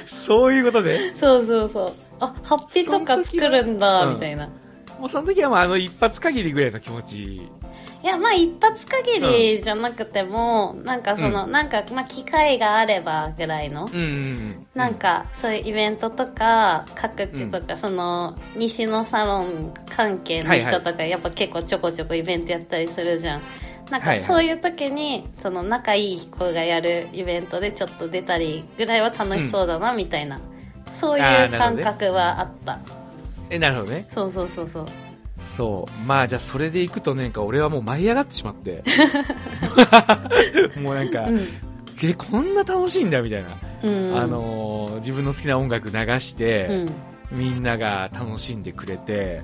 Speaker 1: そういうことで、
Speaker 2: そうそうそう。あ、ハッピーとか作る
Speaker 1: その
Speaker 2: ん
Speaker 1: 時はう
Speaker 2: だ、
Speaker 1: ん
Speaker 2: みたいな。
Speaker 1: もうその時はまあ、あの、一発限りぐらいの気持ち
Speaker 2: いや、まあ一発限りじゃなくても、なんかその、なんか、まあ機会があればぐらいの。
Speaker 1: うんうんうん、
Speaker 2: なんか、そういうイベントとか、各地とか、その、西のサロン関係の人
Speaker 1: は
Speaker 2: とか、やっぱ結構ちょこちょこイベントやったりするじゃん。な
Speaker 1: はい
Speaker 2: んか、
Speaker 1: はい
Speaker 2: そういう時に、その、仲いい子がやるイベントでちょっと出たりぐらいは楽しそうだな、みたいな。そう
Speaker 1: あーなる
Speaker 2: いう
Speaker 1: ほど
Speaker 2: 感
Speaker 1: ね
Speaker 2: 覚はあった。
Speaker 1: えなるほどね
Speaker 2: そうそうそうそう。
Speaker 1: そうまあじゃあそれでいくとなんか俺はもう舞い上がってしまって もうなんか、
Speaker 2: う
Speaker 1: えこんな楽しいんだみたいな、
Speaker 2: ん。うん。
Speaker 1: あ、のー自分の好きな音楽流し
Speaker 2: う
Speaker 1: て、
Speaker 2: ん。
Speaker 1: みんなが楽しんでくれて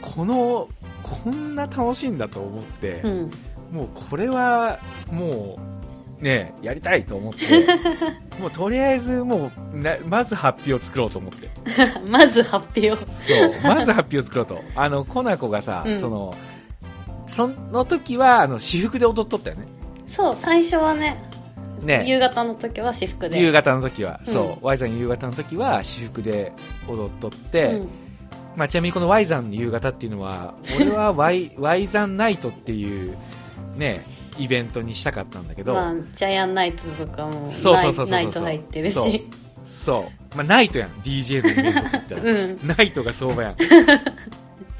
Speaker 1: このこんな楽しいんだと思って、
Speaker 2: うん。
Speaker 1: もうこれはもうねやりたいと思って もうとりあえずもうなまずハッピーを作ろうと思って
Speaker 2: まず発表。
Speaker 1: そう、まず発表を作ろうと。あの、コナコがさ、
Speaker 2: うん
Speaker 1: その、その時は、あの、私服で踊っとったよね。
Speaker 2: そう、最初はね、夕
Speaker 1: ね。
Speaker 2: 方の時は私服で。
Speaker 1: 夕方の時は、
Speaker 2: うん
Speaker 1: そう、Y さん夕方の時は、私服で踊っとっ
Speaker 2: う
Speaker 1: て、
Speaker 2: ん。
Speaker 1: まあ、ちなみにこの Y さんの夕方っていうの は、俺は Y、Y さんナイトっていう、ね、イベントにしたかったんだけど、
Speaker 2: まあ、ジャイアンナイトとかも
Speaker 1: そうそうそうそうそう
Speaker 2: ナイナイト入ってる
Speaker 1: そう
Speaker 2: し
Speaker 1: そう、まあ、ナイトやん、DJ のイベントって言 ったら。
Speaker 2: うん
Speaker 1: ナイトが相場 やん。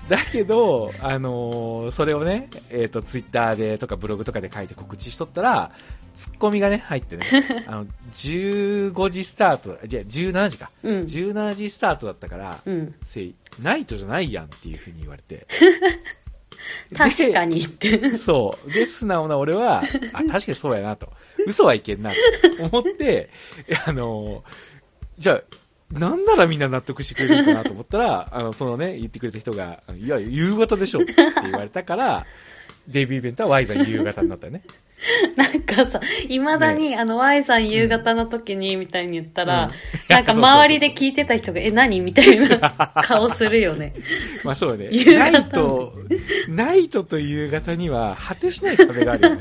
Speaker 1: だけど、あのーそれをね、えっ、と、ツイッターでとかブログとかで書いて告知しとったら、ツッコミがね、入って ね、あの、15時スタート、じゃあ17時か。
Speaker 2: うん
Speaker 1: 17時スタートだったから、
Speaker 2: うん
Speaker 1: せいナイトじゃないやんっていう風に言われて。
Speaker 2: 確かにって
Speaker 1: で。そう。で、素直な俺は、あ、確かにそうやなと。嘘はいけんなと思って、 あのーじゃあ、なんならみんな納得してくれるのかなと思ったら、あの、そのね、言ってくれた人が、いや、夕方でしょって言われたから、デビューイベントは Y さん夕方になったよね。
Speaker 2: なんかさいまだに、あの Y さん夕方の時にみたいに言ったら、
Speaker 1: うん
Speaker 2: なんか
Speaker 1: そうそうそう
Speaker 2: 周りで聞いてた人が「え何?」みた いな顔するよね
Speaker 1: まあそうね。
Speaker 2: 夕
Speaker 1: ナ
Speaker 2: 方
Speaker 1: イト、ナイトと夕方には果てしない壁があるよ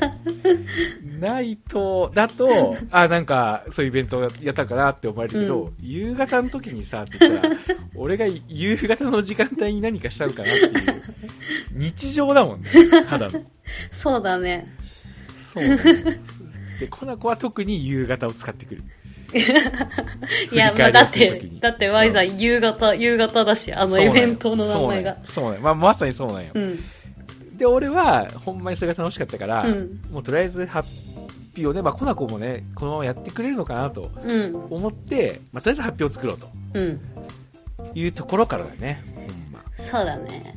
Speaker 1: ね。ナイトだと、あ、なんか、そういうイベントやったかなって思われるけど、
Speaker 2: うん
Speaker 1: 夕方の時にさ、って言った ら、俺が夕方の時間帯に何かしたのかなって いう、日常だもんね、ただの。
Speaker 2: そうだね
Speaker 1: そうだね。で、コナコは特に夕方を使ってくる。
Speaker 2: い や、
Speaker 1: 振り
Speaker 2: ま
Speaker 1: 返
Speaker 2: あ、
Speaker 1: り
Speaker 2: だ
Speaker 1: を
Speaker 2: っ
Speaker 1: する
Speaker 2: て
Speaker 1: 時に
Speaker 2: だって Y さん夕方、夕方だしあ
Speaker 1: そ
Speaker 2: の
Speaker 1: うなん
Speaker 2: イ
Speaker 1: よ
Speaker 2: ベントの名前が
Speaker 1: そうなんよそうなんよまあまさにそうなんよ。
Speaker 2: うん
Speaker 1: でで、俺は、ほんまにそれが楽しかったから、
Speaker 2: うん
Speaker 1: もうとりあえずハッピーをね、まあ、コナコもね、このままやってくれるのかなと
Speaker 2: うん。
Speaker 1: 思って、まあ、とりあえず発表を作ろうと
Speaker 2: うん。
Speaker 1: いうところからだよね。ほんま
Speaker 2: そうだね。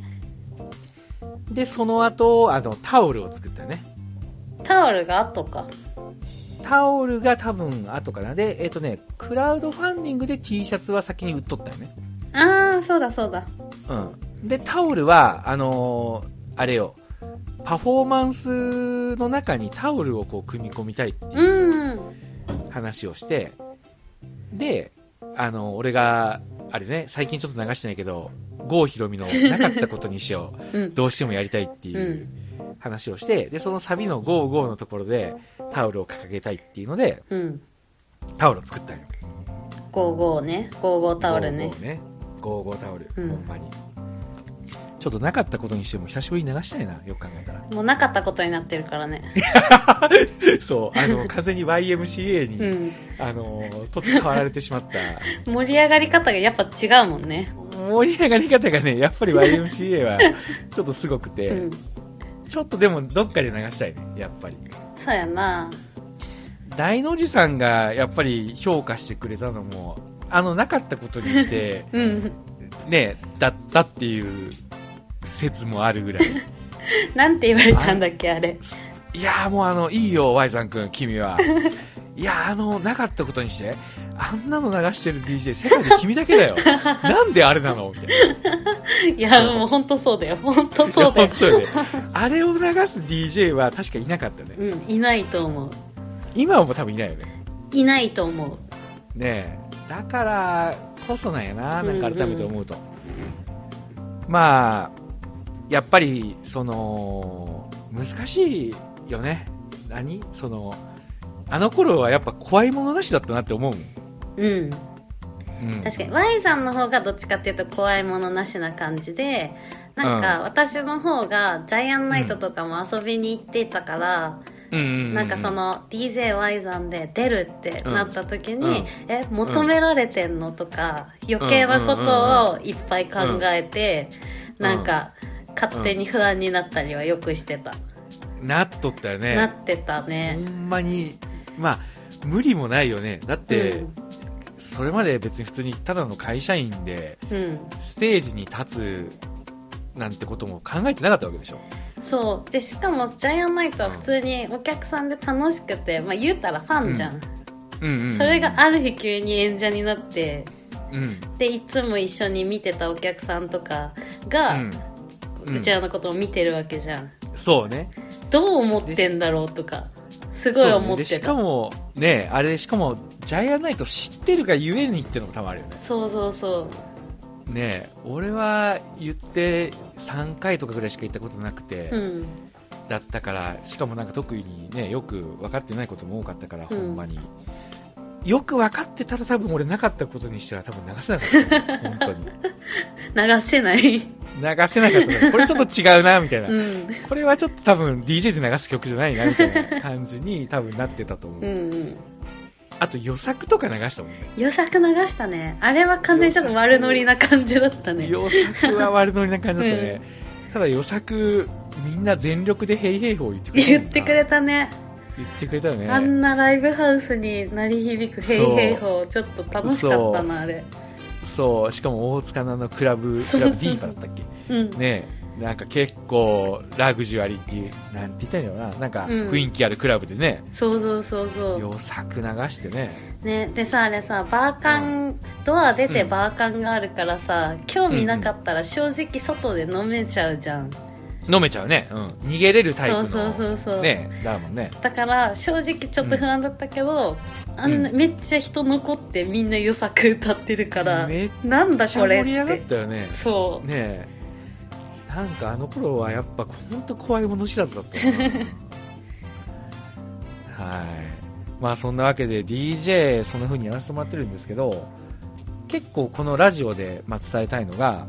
Speaker 1: で、その後、あの、タオルを作ったね。
Speaker 2: タオルが後か。
Speaker 1: タオルが多分後かな。で、えっ、とね、クラウドファンディングで T シャツは先に売っとったよね。
Speaker 2: ああ、そうだそうだ。
Speaker 1: うん。で、タオルは、あのーあれよ、パフォーマンスの中にタオルをこう組み込みたいっていう
Speaker 2: うん。
Speaker 1: 話をして、で、あの、俺が、あれね、最近ちょっと流してないけど、郷ひろみのなかったことにしよ
Speaker 2: う
Speaker 1: う、
Speaker 2: ん。。
Speaker 1: どうしてもやりたいっていううん話をして、で、そのサビのゴーゴーのところでタオルを掲げたいっていうので、
Speaker 2: うん。
Speaker 1: タオルを作ったんよ。
Speaker 2: 55ね。55タオルね
Speaker 1: ゴーゴ。ーね。ゴーゴータオル、
Speaker 2: うん
Speaker 1: ほんまに。ちょっとなかったことにしても久しぶりに流したいな、よく考え たら。
Speaker 2: もうなかったことになってるからね。
Speaker 1: そう、あの、完全に YMCA に、
Speaker 2: うん。
Speaker 1: あの、取って代わられてしまった。
Speaker 2: 盛り上がり方がやっぱ違うもんね。
Speaker 1: 盛り上がり方がね、やっぱり YMCA はちょっとすごくて、
Speaker 2: うん。
Speaker 1: ちょっとでもどっかで流したいね、やっぱり。
Speaker 2: そうやな。
Speaker 1: 大の字さんがやっぱり評価してくれたのも、あの、なかったことに して、
Speaker 2: うん。
Speaker 1: ね、だったっていう説もあるぐ らい。
Speaker 2: なんて言われたんだっけ、あれ。
Speaker 1: いやーもうあの、いいよ、Y さんくん、君 は。いやーあの、なかったことにして、あんなの流してる DJ、世界で君だけ だよ。なんであれなのみたいな。
Speaker 2: いや、もうほんとそうだよ。ほんとそうだ
Speaker 1: 本
Speaker 2: よ
Speaker 1: 当。 そうよね。あれを流す DJ は確かいなかったね。
Speaker 2: うん。いないと思う。
Speaker 1: 今はもう多分いないよね。
Speaker 2: いないと思う。
Speaker 1: ねえだからこそなんやな、なんか改めて思うと、まあ、やっぱりその難しいよね、何そのあの頃はやっぱ怖いものなしだったなって思うもん、
Speaker 2: うん。
Speaker 1: うん、
Speaker 2: 確かに Y さんの方がどっちかっていうと怖いものなしな感じでなん
Speaker 1: う
Speaker 2: か
Speaker 1: ん
Speaker 2: 私の方がジャイアンナイトとかも遊びに行ってたから、
Speaker 1: うんうんうんうん
Speaker 2: なんかその DJY さんで出るってなった時に、
Speaker 1: うん
Speaker 2: え求められてんのとか余計なことをいっぱい考えて、
Speaker 1: うん
Speaker 2: なんか勝手に不安になったりはよくしてた、
Speaker 1: なっとったよ
Speaker 2: な
Speaker 1: ね、
Speaker 2: ってた
Speaker 1: ほ
Speaker 2: ね。
Speaker 1: んまに、まあ、無理もないよね、だって、
Speaker 2: うん
Speaker 1: それまで別に普通にただの会社員で、
Speaker 2: うん、
Speaker 1: ステージに立つなんてことも考えてなかったわけでしょ。
Speaker 2: そうでしかもジャイアンナイトは普通にお客さんで楽しくて、まあ、言うたらファンじゃん、
Speaker 1: うんうんうん
Speaker 2: それがある日急に演者になって
Speaker 1: うん
Speaker 2: でいつも一緒に見てたお客さんとか
Speaker 1: う
Speaker 2: が
Speaker 1: ん、うん
Speaker 2: うちらのことを見てるわけじゃん、
Speaker 1: そうね。
Speaker 2: どう思ってんだろうとかすごい思
Speaker 1: そうね
Speaker 2: っ
Speaker 1: で
Speaker 2: て
Speaker 1: しか
Speaker 2: た
Speaker 1: も、ね、あれ、しかも、ジャイアンナイト知ってるがゆえにってのもたまるよね。
Speaker 2: そうそうそう
Speaker 1: ね俺は言って3回とかぐらいしか行ったことなくて、
Speaker 2: うん
Speaker 1: だったから、しかもなんか特にね、よく分かってないことも多かったから、
Speaker 2: うん
Speaker 1: ほんまに。よく分かってたら多分俺なかったことにしたら多分流せなか ったと思う。本当に。
Speaker 2: 流せない、
Speaker 1: 流せなかったと思う。これちょっと違うな、みたいな。
Speaker 2: うん、
Speaker 1: これはちょっと多分 DJ で流す曲じゃないなみたいな感じに 多分なってたと思う、
Speaker 2: うんうん
Speaker 1: あと予作とか流したもんね
Speaker 2: 予作流したねあれは完全にちょっと悪ノリな感じだったね
Speaker 1: 予作は悪ノリな感じだったね、ただ予作みんな全力で「ヘイヘイホー」言ってくれたもん
Speaker 2: 言
Speaker 1: な
Speaker 2: ってくれたね
Speaker 1: 言ってくれたよね
Speaker 2: あんなライブハウスに鳴り響くヘイヘイホーちょっと楽しか
Speaker 1: そ
Speaker 2: った
Speaker 1: う
Speaker 2: なあれ
Speaker 1: そうしかも大塚菜のクラブ
Speaker 2: そ
Speaker 1: ク
Speaker 2: う
Speaker 1: ラ
Speaker 2: そう
Speaker 1: ブ
Speaker 2: そう
Speaker 1: D かだったっけ
Speaker 2: うん、
Speaker 1: ねえなんか結構ラグジュアリーっていうなんて言ったらいいんだろうななんか
Speaker 2: うん
Speaker 1: 雰囲気あるクラブでね、
Speaker 2: そうそうそうそう
Speaker 1: 予作流してね
Speaker 2: ね、でさあれさバーカン、ドア出て
Speaker 1: うん
Speaker 2: バーカンがあるからさ、興味なかったら正直外で飲めちゃうじゃん、
Speaker 1: 飲めちゃうね、うん、逃げれるタイプの
Speaker 2: そうそうそうそう
Speaker 1: ねえだもんね
Speaker 2: だから正直ちょっと不安だったけど、あんな
Speaker 1: うん
Speaker 2: めっちゃ人残ってみんな良さく歌ってるから
Speaker 1: めっち
Speaker 2: なん
Speaker 1: め
Speaker 2: だ
Speaker 1: っち
Speaker 2: こ
Speaker 1: ゃ
Speaker 2: れっ
Speaker 1: 盛
Speaker 2: て
Speaker 1: り上がったよね。
Speaker 2: そう、
Speaker 1: ねえ。なんかあの頃はやっぱ本当怖いもの知らずだった な。はい。まあそんなわけで DJ そんな風にやらせてもらってるんですけど、結構このラジオで、まあ、伝えたいのが、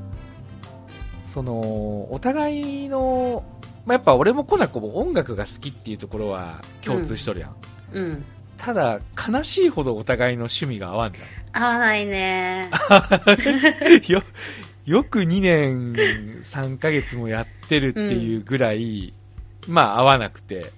Speaker 1: その、お互いの、まあ、やっぱ俺もコナコも音楽が好きっていうところは共通しとるやん。
Speaker 2: うん、
Speaker 1: ただ、悲しいほどお互いの趣味が合わんじゃん。
Speaker 2: 合わないね
Speaker 1: よ、よく2年3ヶ月もやってるっていうぐらい、まあ合わなくて、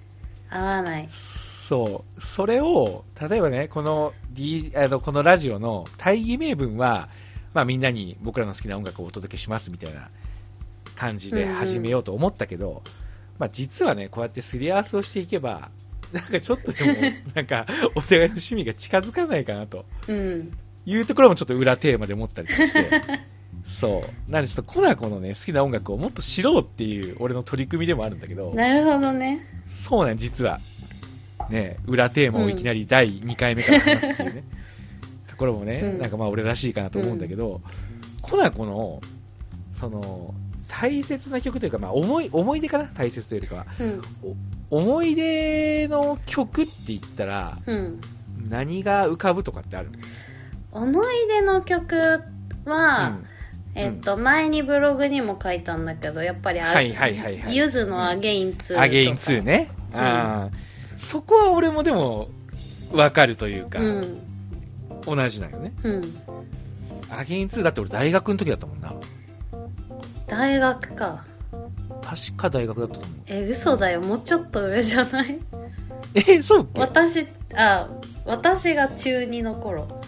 Speaker 2: 合わない。
Speaker 1: そう、それを、例えばね、この D、あのこのラジオの大義名分は、まあみんなに僕らの好きな音楽をお届けしますみたいな感じで始めようと思ったけど、まあ実はね、こうやってすり合わせをしていけば、なんかちょっとでも、なんかお互いの趣味が近づかないかなと
Speaker 2: うん。
Speaker 1: いうところもちょっと裏テーマで持ったりとか して、そう。なんでちょっとコナコのね、好きな音楽をもっと知ろうっていう俺の取り組みでもあるんだけど、
Speaker 2: なるほどね。
Speaker 1: そうなん実は。ね、裏テーマをいきなり第2回目から話すっていうね、 ところもね、
Speaker 2: うん
Speaker 1: なんかまあ俺らしいかなと思うんだけど、コナコの、その、大切な曲というか、まあ思い、思い出かな大切というよりかは。
Speaker 2: うん。
Speaker 1: 思い出の曲って言ったら、
Speaker 2: うん。
Speaker 1: 何が浮かぶとかってある
Speaker 2: 思い出の曲は、
Speaker 1: うん
Speaker 2: えっと、前にブログにも書いたんだけど、やっぱりあ、
Speaker 1: はいはいはいはい。
Speaker 2: ゆずのアゲイン2とか。
Speaker 1: アゲイン2。ね。
Speaker 2: うん
Speaker 1: あーそこは俺もでも、わかるというか、
Speaker 2: うん。
Speaker 1: 同じなのね。
Speaker 2: うん。
Speaker 1: アゲイン2だって俺大学の時だったもんな。
Speaker 2: 大学か。
Speaker 1: 確か大学だったと思う。
Speaker 2: え、嘘だよ。もうちょっと上じゃない
Speaker 1: え、そうっけ
Speaker 2: 私、あ、私が中2の頃。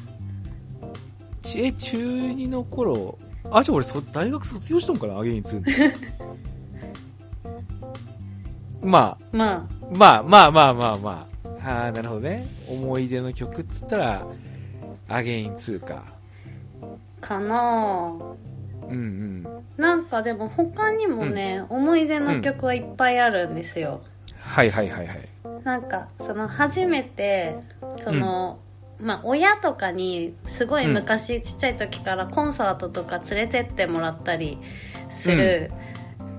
Speaker 1: ちえ、中2の頃、あ、じゃあ俺そ大学卒業したのかな、アゲイン2って。 まあ、
Speaker 2: まあ、
Speaker 1: まあまあまあまあまあ。ああ、なるほどね。思い出の曲っつったら、アゲイン2か。
Speaker 2: かなぁ。
Speaker 1: うんうん。
Speaker 2: なんかでも他にもね、思い出の曲はいっぱいあるんですよ。
Speaker 1: はいはいはいはい。
Speaker 2: なんかその初めてその、まあ親とかにすごい昔、ちっちゃい時からコンサートとか連れてってもらったりする、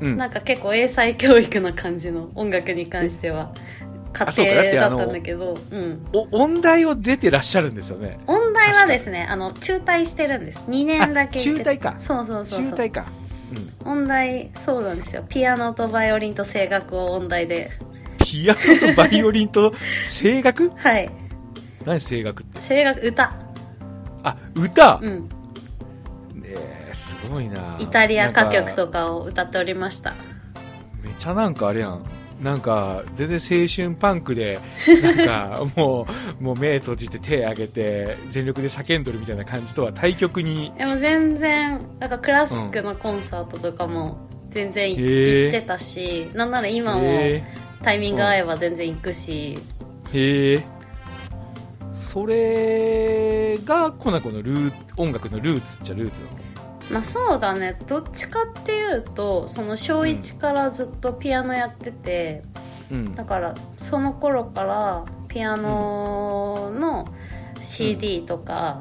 Speaker 1: うん。
Speaker 2: なんか結構英才教育な感じの音楽に関しては
Speaker 1: あそうかだって
Speaker 2: 家庭
Speaker 1: あ
Speaker 2: だ
Speaker 1: の
Speaker 2: ったんだけど、うん。
Speaker 1: お音大を出てらっしゃるんですよね。
Speaker 2: 音大はですね、あの、中退してるんです。2年だけ行ってて。
Speaker 1: あ中退か
Speaker 2: そうそうそうそう。
Speaker 1: 中退か。うん。
Speaker 2: 音大、そうなんですよ。ピアノとバイオリンと声楽を音大で。
Speaker 1: ピアノとバイオリンと声楽
Speaker 2: はい。
Speaker 1: 何声楽って。
Speaker 2: 声楽、歌。
Speaker 1: あ、歌、
Speaker 2: うん。
Speaker 1: ねえすごいな
Speaker 2: イタリア歌曲
Speaker 1: か
Speaker 2: とかを歌っておりました。
Speaker 1: めちゃなんかあれやん。なんか、全然青春パンクで、 なんか、もう、もう目閉じて手上げて、全力で叫んどるみたいな感じとは対極に、
Speaker 2: でも全然、なんかクラシックのコンサートとかも全然い
Speaker 1: へー
Speaker 2: 行ってたし、なんなら今も
Speaker 1: へ
Speaker 2: タイミング合えば全然行くし、
Speaker 1: えへえそれが、コナコのルー音楽のルーツっちゃルーツなの
Speaker 2: まあそうだね、どっちかっていうと、その小1からずっとピアノやってて、
Speaker 1: うん
Speaker 2: だ。からその頃からピアノの CD とか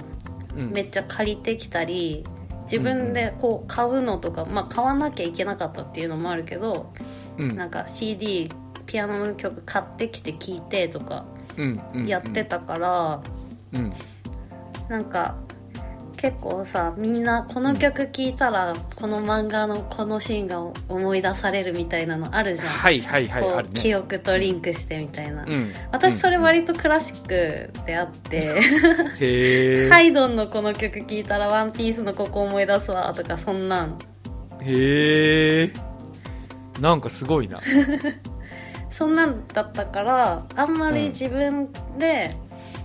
Speaker 1: うん
Speaker 2: めっちゃ借りてきたり、自分でこう買うのとか、まあ買わなきゃいけなかったっていうのもあるけど、
Speaker 1: うん
Speaker 2: なんか CD ピアノの曲買ってきて聴いてとか
Speaker 1: うんうん
Speaker 2: やってたから、
Speaker 1: うん。
Speaker 2: なんか結構さみんなこの曲聴いたらこの漫画のこのシーンが思い出されるみたいなのあるじゃん、
Speaker 1: はいはいはい、
Speaker 2: こ
Speaker 1: あ
Speaker 2: う
Speaker 1: る
Speaker 2: 記
Speaker 1: ね。
Speaker 2: 憶とリンクしてみたい
Speaker 1: う
Speaker 2: な、
Speaker 1: ん
Speaker 2: 私それ割とクラシックであって、
Speaker 1: へえ。
Speaker 2: ハイドンのこの曲聴いたら「ワンピースのここ思い出すわとかそんなん
Speaker 1: へえ。なんかすごいな。
Speaker 2: そんなんだったからあんまり自分で、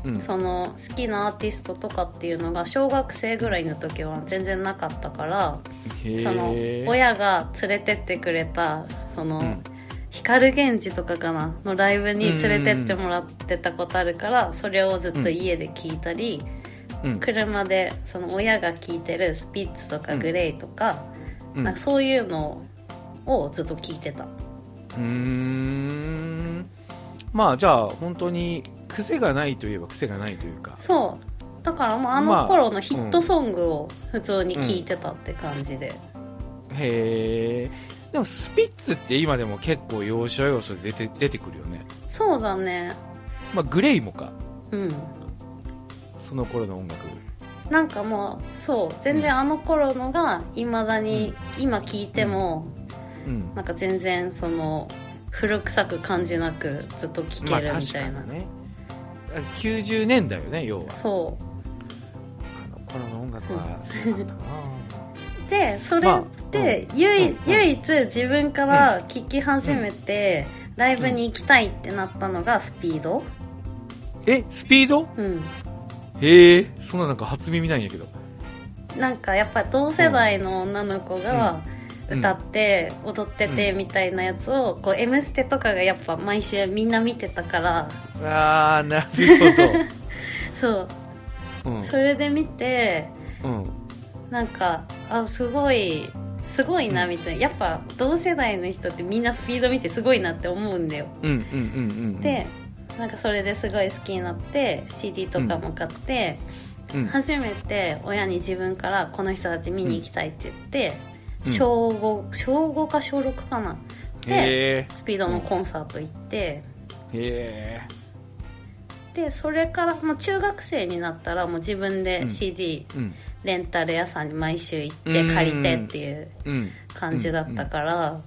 Speaker 1: うん。
Speaker 2: その好きなアーティストとかっていうのが小学生ぐらいの時は全然なかったから、
Speaker 1: へ
Speaker 2: その
Speaker 1: え。
Speaker 2: 親が連れてってくれたその、
Speaker 1: うん
Speaker 2: 光源氏とかかなのライブに連れてってもらってたことあるから、それをずっと家で聞いたり、
Speaker 1: うん
Speaker 2: 車でその親が聴いてるスピッツとか
Speaker 1: うん
Speaker 2: グレイとか,、
Speaker 1: うん
Speaker 2: なんかそういうのをずっと聴いてた
Speaker 1: うーんまあじゃあ本当に癖がないといえば癖がないというか
Speaker 2: そうだからもう
Speaker 1: ま
Speaker 2: あの
Speaker 1: あ
Speaker 2: 頃のヒットソングを普通に聴いてたって感じで、
Speaker 1: へえでもスピッツって今でも結構要所要所で出て出てくるよね、
Speaker 2: そうだね
Speaker 1: まあ、グレイもか
Speaker 2: うん
Speaker 1: その頃の音楽
Speaker 2: なんかもうそう全然あの頃のがいまだに、今聴いても、
Speaker 1: うん
Speaker 2: なんか全然その古臭く感じなくずっと聴
Speaker 1: ま
Speaker 2: け
Speaker 1: あ
Speaker 2: るみ
Speaker 1: 確
Speaker 2: た
Speaker 1: か
Speaker 2: いな、
Speaker 1: にねあ90年代よね要は
Speaker 2: そう
Speaker 1: あの頃の音楽はすごかったな
Speaker 2: でそれって、
Speaker 1: まあうん
Speaker 2: 唯
Speaker 1: うん
Speaker 2: 唯一自分から聞き始めて、ライブに行きたいってなったのがスピード、
Speaker 1: え、スピード
Speaker 2: うん、
Speaker 1: へえ、そんななんか初耳なんやけど。
Speaker 2: なんかやっぱ同世代の女の子が
Speaker 1: うん
Speaker 2: 歌って踊っててみたいなやつを「こう M ステ」とかがやっぱ毎週みんな見てたから
Speaker 1: あー、なる
Speaker 2: そう
Speaker 1: ほど。 うん
Speaker 2: それで見て
Speaker 1: うん。
Speaker 2: なんかあすごいすごいなみたいなやっぱ同世代の人ってみんなスピード見てすごいなって思うんだよ
Speaker 1: うんうんうんうん。
Speaker 2: でなんかそれですごい好きになって CD とかも買って、
Speaker 1: うん、
Speaker 2: 初めて親に自分からこの人たち見に行きたいって言って、
Speaker 1: うん
Speaker 2: 小5小5か小6かなで
Speaker 1: へえ、
Speaker 2: スピードのコンサート行って、
Speaker 1: へ
Speaker 2: でそれから、まあ、中学生になったらもう自分
Speaker 1: う
Speaker 2: で
Speaker 1: ん
Speaker 2: CD
Speaker 1: え、うん。
Speaker 2: レンタル屋さんに毎週行っ
Speaker 1: う
Speaker 2: て
Speaker 1: ん
Speaker 2: 借りてっていう
Speaker 1: うん。
Speaker 2: 感じだったから、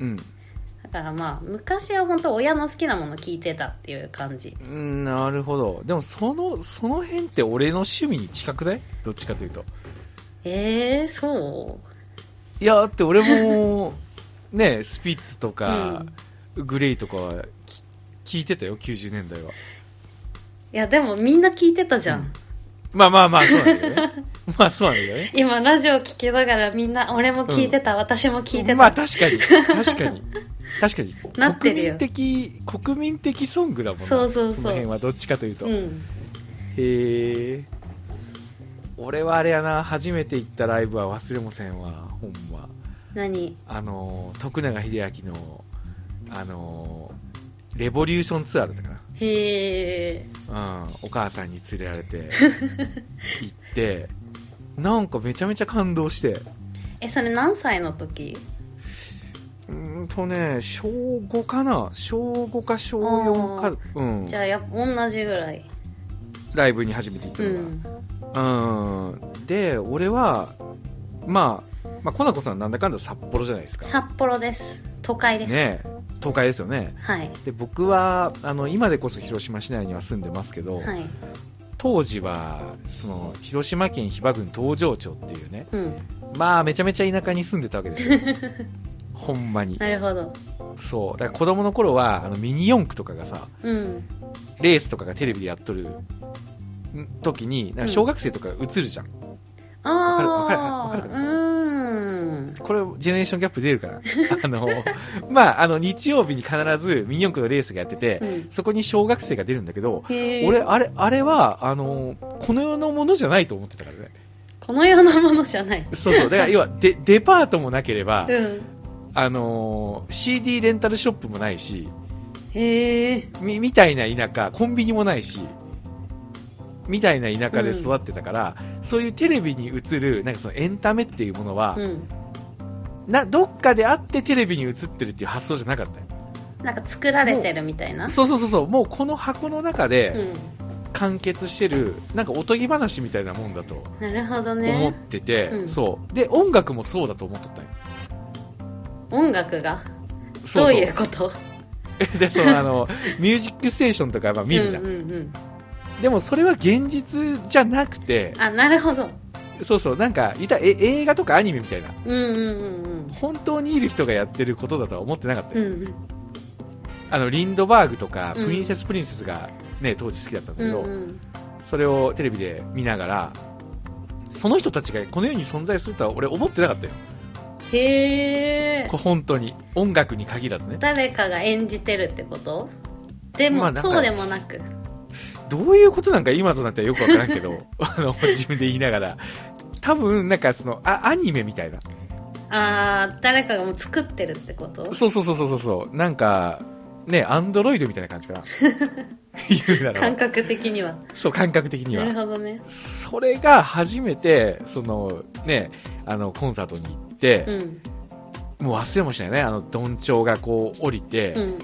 Speaker 1: うん。
Speaker 2: だからまあ昔は本当親の好きなもの聞いてたっていう感じ
Speaker 1: うん、なるほど。でも、その、その辺って俺の趣味に近くないどっちかという と。
Speaker 2: えー、そう
Speaker 1: いや、だって俺も、ね、スピッツとか、グレイとかはき聞いてたよ、90年代は。
Speaker 2: いやでもみんな聞いてたじゃん、
Speaker 1: うんまあまあまあ、そうなんだよ ね。まあそうなんだよね。
Speaker 2: 今ラジオ聞きながらみんな俺も聞いてた、私も聞いてた、
Speaker 1: まあ確かに、確か に。確かに。
Speaker 2: なってるよ
Speaker 1: 国民的、国民的ソングだもんな
Speaker 2: そうそうそう
Speaker 1: その辺はどっちかというと。
Speaker 2: うん
Speaker 1: へえ。俺はあれやな、初めて行ったライブは忘れもせんわ、ほんま。
Speaker 2: 何
Speaker 1: あのー、徳永秀明の、あのー、レボリューションツアーだったか
Speaker 2: へえ
Speaker 1: な。うん、お母さんに連れられ て、行って、なんかめちゃめちゃ感動して、
Speaker 2: えそれ何歳の時
Speaker 1: うーんとね、小5かな小5か小4
Speaker 2: あ
Speaker 1: か、うん、
Speaker 2: じゃあやっぱ同じぐらい
Speaker 1: ライブに初めて行った
Speaker 2: う
Speaker 1: のが。
Speaker 2: ん
Speaker 1: うんで、俺は、まあ、まあ、コナコさんなんだかんだ札幌じゃないですか。
Speaker 2: 札幌です都会です、
Speaker 1: ねえ東海ですよね。
Speaker 2: はい
Speaker 1: で、僕は、あの、今でこそ広島市内には住んでますけど、
Speaker 2: はい
Speaker 1: 当時は、その、広島県比婆郡東城町っていうね、
Speaker 2: うん
Speaker 1: まあ、めちゃめちゃ田舎に住んでたわけ ですよ。ほんまに。
Speaker 2: なるほど
Speaker 1: そう。だから子供の頃は、あの、ミニ四駆とかがさ、
Speaker 2: うん
Speaker 1: レースとかがテレビでやっとるん時に、なんか小学生とか映るじゃん。わかる
Speaker 2: ああ
Speaker 1: わかるわかる
Speaker 2: うーん
Speaker 1: これ、ジェネレーションギャップ出るか なあの、まあ、あの、日曜日に必ずミニ四駆のレースがやってて、
Speaker 2: うん
Speaker 1: そこに小学生が出るんだけど、
Speaker 2: へー
Speaker 1: 俺、あれ、あれは、あの、この世のものじゃないと思ってたからね。
Speaker 2: この世のものじゃない
Speaker 1: そうそう。だから、要は、デ、デパートもなければ
Speaker 2: う、ん
Speaker 1: あの、CD レンタルショップもないし、
Speaker 2: へえ
Speaker 1: み、みたいな田舎、コンビニもないし、みたいな田舎で育ってたから、そういうテレビに映る、なんかそのエンタメっていうものは、
Speaker 2: うん
Speaker 1: な、どっかであってテレビに映ってるっていう発想じゃなかったよ。
Speaker 2: なんか作られてるみたいな
Speaker 1: そうそうそうそう、もうこの箱の中
Speaker 2: う
Speaker 1: で
Speaker 2: ん
Speaker 1: 完結してる、なんかおとぎ話みたいなもんだと
Speaker 2: なるほど
Speaker 1: 思っ
Speaker 2: ね
Speaker 1: てて、
Speaker 2: うん
Speaker 1: そう。で、音楽もそうだと思っとったんよ。
Speaker 2: 音楽が
Speaker 1: そ
Speaker 2: ど
Speaker 1: うそ
Speaker 2: う
Speaker 1: う
Speaker 2: いうこと
Speaker 1: で、そのあの、ミュージックステーションとかまあ見るじゃん,、
Speaker 2: うんうんうん
Speaker 1: でもそれは現実じゃなくて、
Speaker 2: あなるほど
Speaker 1: そうそう、なんか、いたえ映画とかアニメみたいな、
Speaker 2: うんうんうん
Speaker 1: 本当にいる人がやってることだとは思ってなかった
Speaker 2: う
Speaker 1: よ。
Speaker 2: んうん
Speaker 1: あの、リンドバーグとか、
Speaker 2: うん
Speaker 1: プリンセスプリンセスがね、当時好きだったんだ
Speaker 2: う
Speaker 1: け
Speaker 2: ん
Speaker 1: ど、
Speaker 2: うん
Speaker 1: それをテレビで見ながら、その人たちがこの世に存在するとは俺思ってなかったよ。
Speaker 2: へえ
Speaker 1: こ本当に。音楽に限らずね。
Speaker 2: 誰かが演じてるってことでも、
Speaker 1: まあなんか
Speaker 2: そうでもなく
Speaker 1: どういうことなんか今となってはよくわからんけ ど、あの、自分で言いながら。多分、なんかその、あ、アニメみたいな。
Speaker 2: あー誰かがもう作ってるってこと
Speaker 1: そうそうそうそうそうそう。なんか、ね、アンドロイドみたいな感じ かな。言うなら
Speaker 2: 感
Speaker 1: ば。
Speaker 2: 覚的には
Speaker 1: そう、感覚的に
Speaker 2: なる
Speaker 1: は。
Speaker 2: ほどね
Speaker 1: それが初めて、その、ね、あの、コンサートに行って、
Speaker 2: うん
Speaker 1: もう忘れもしないね。あの、どんちょうがこう降りて、
Speaker 2: うん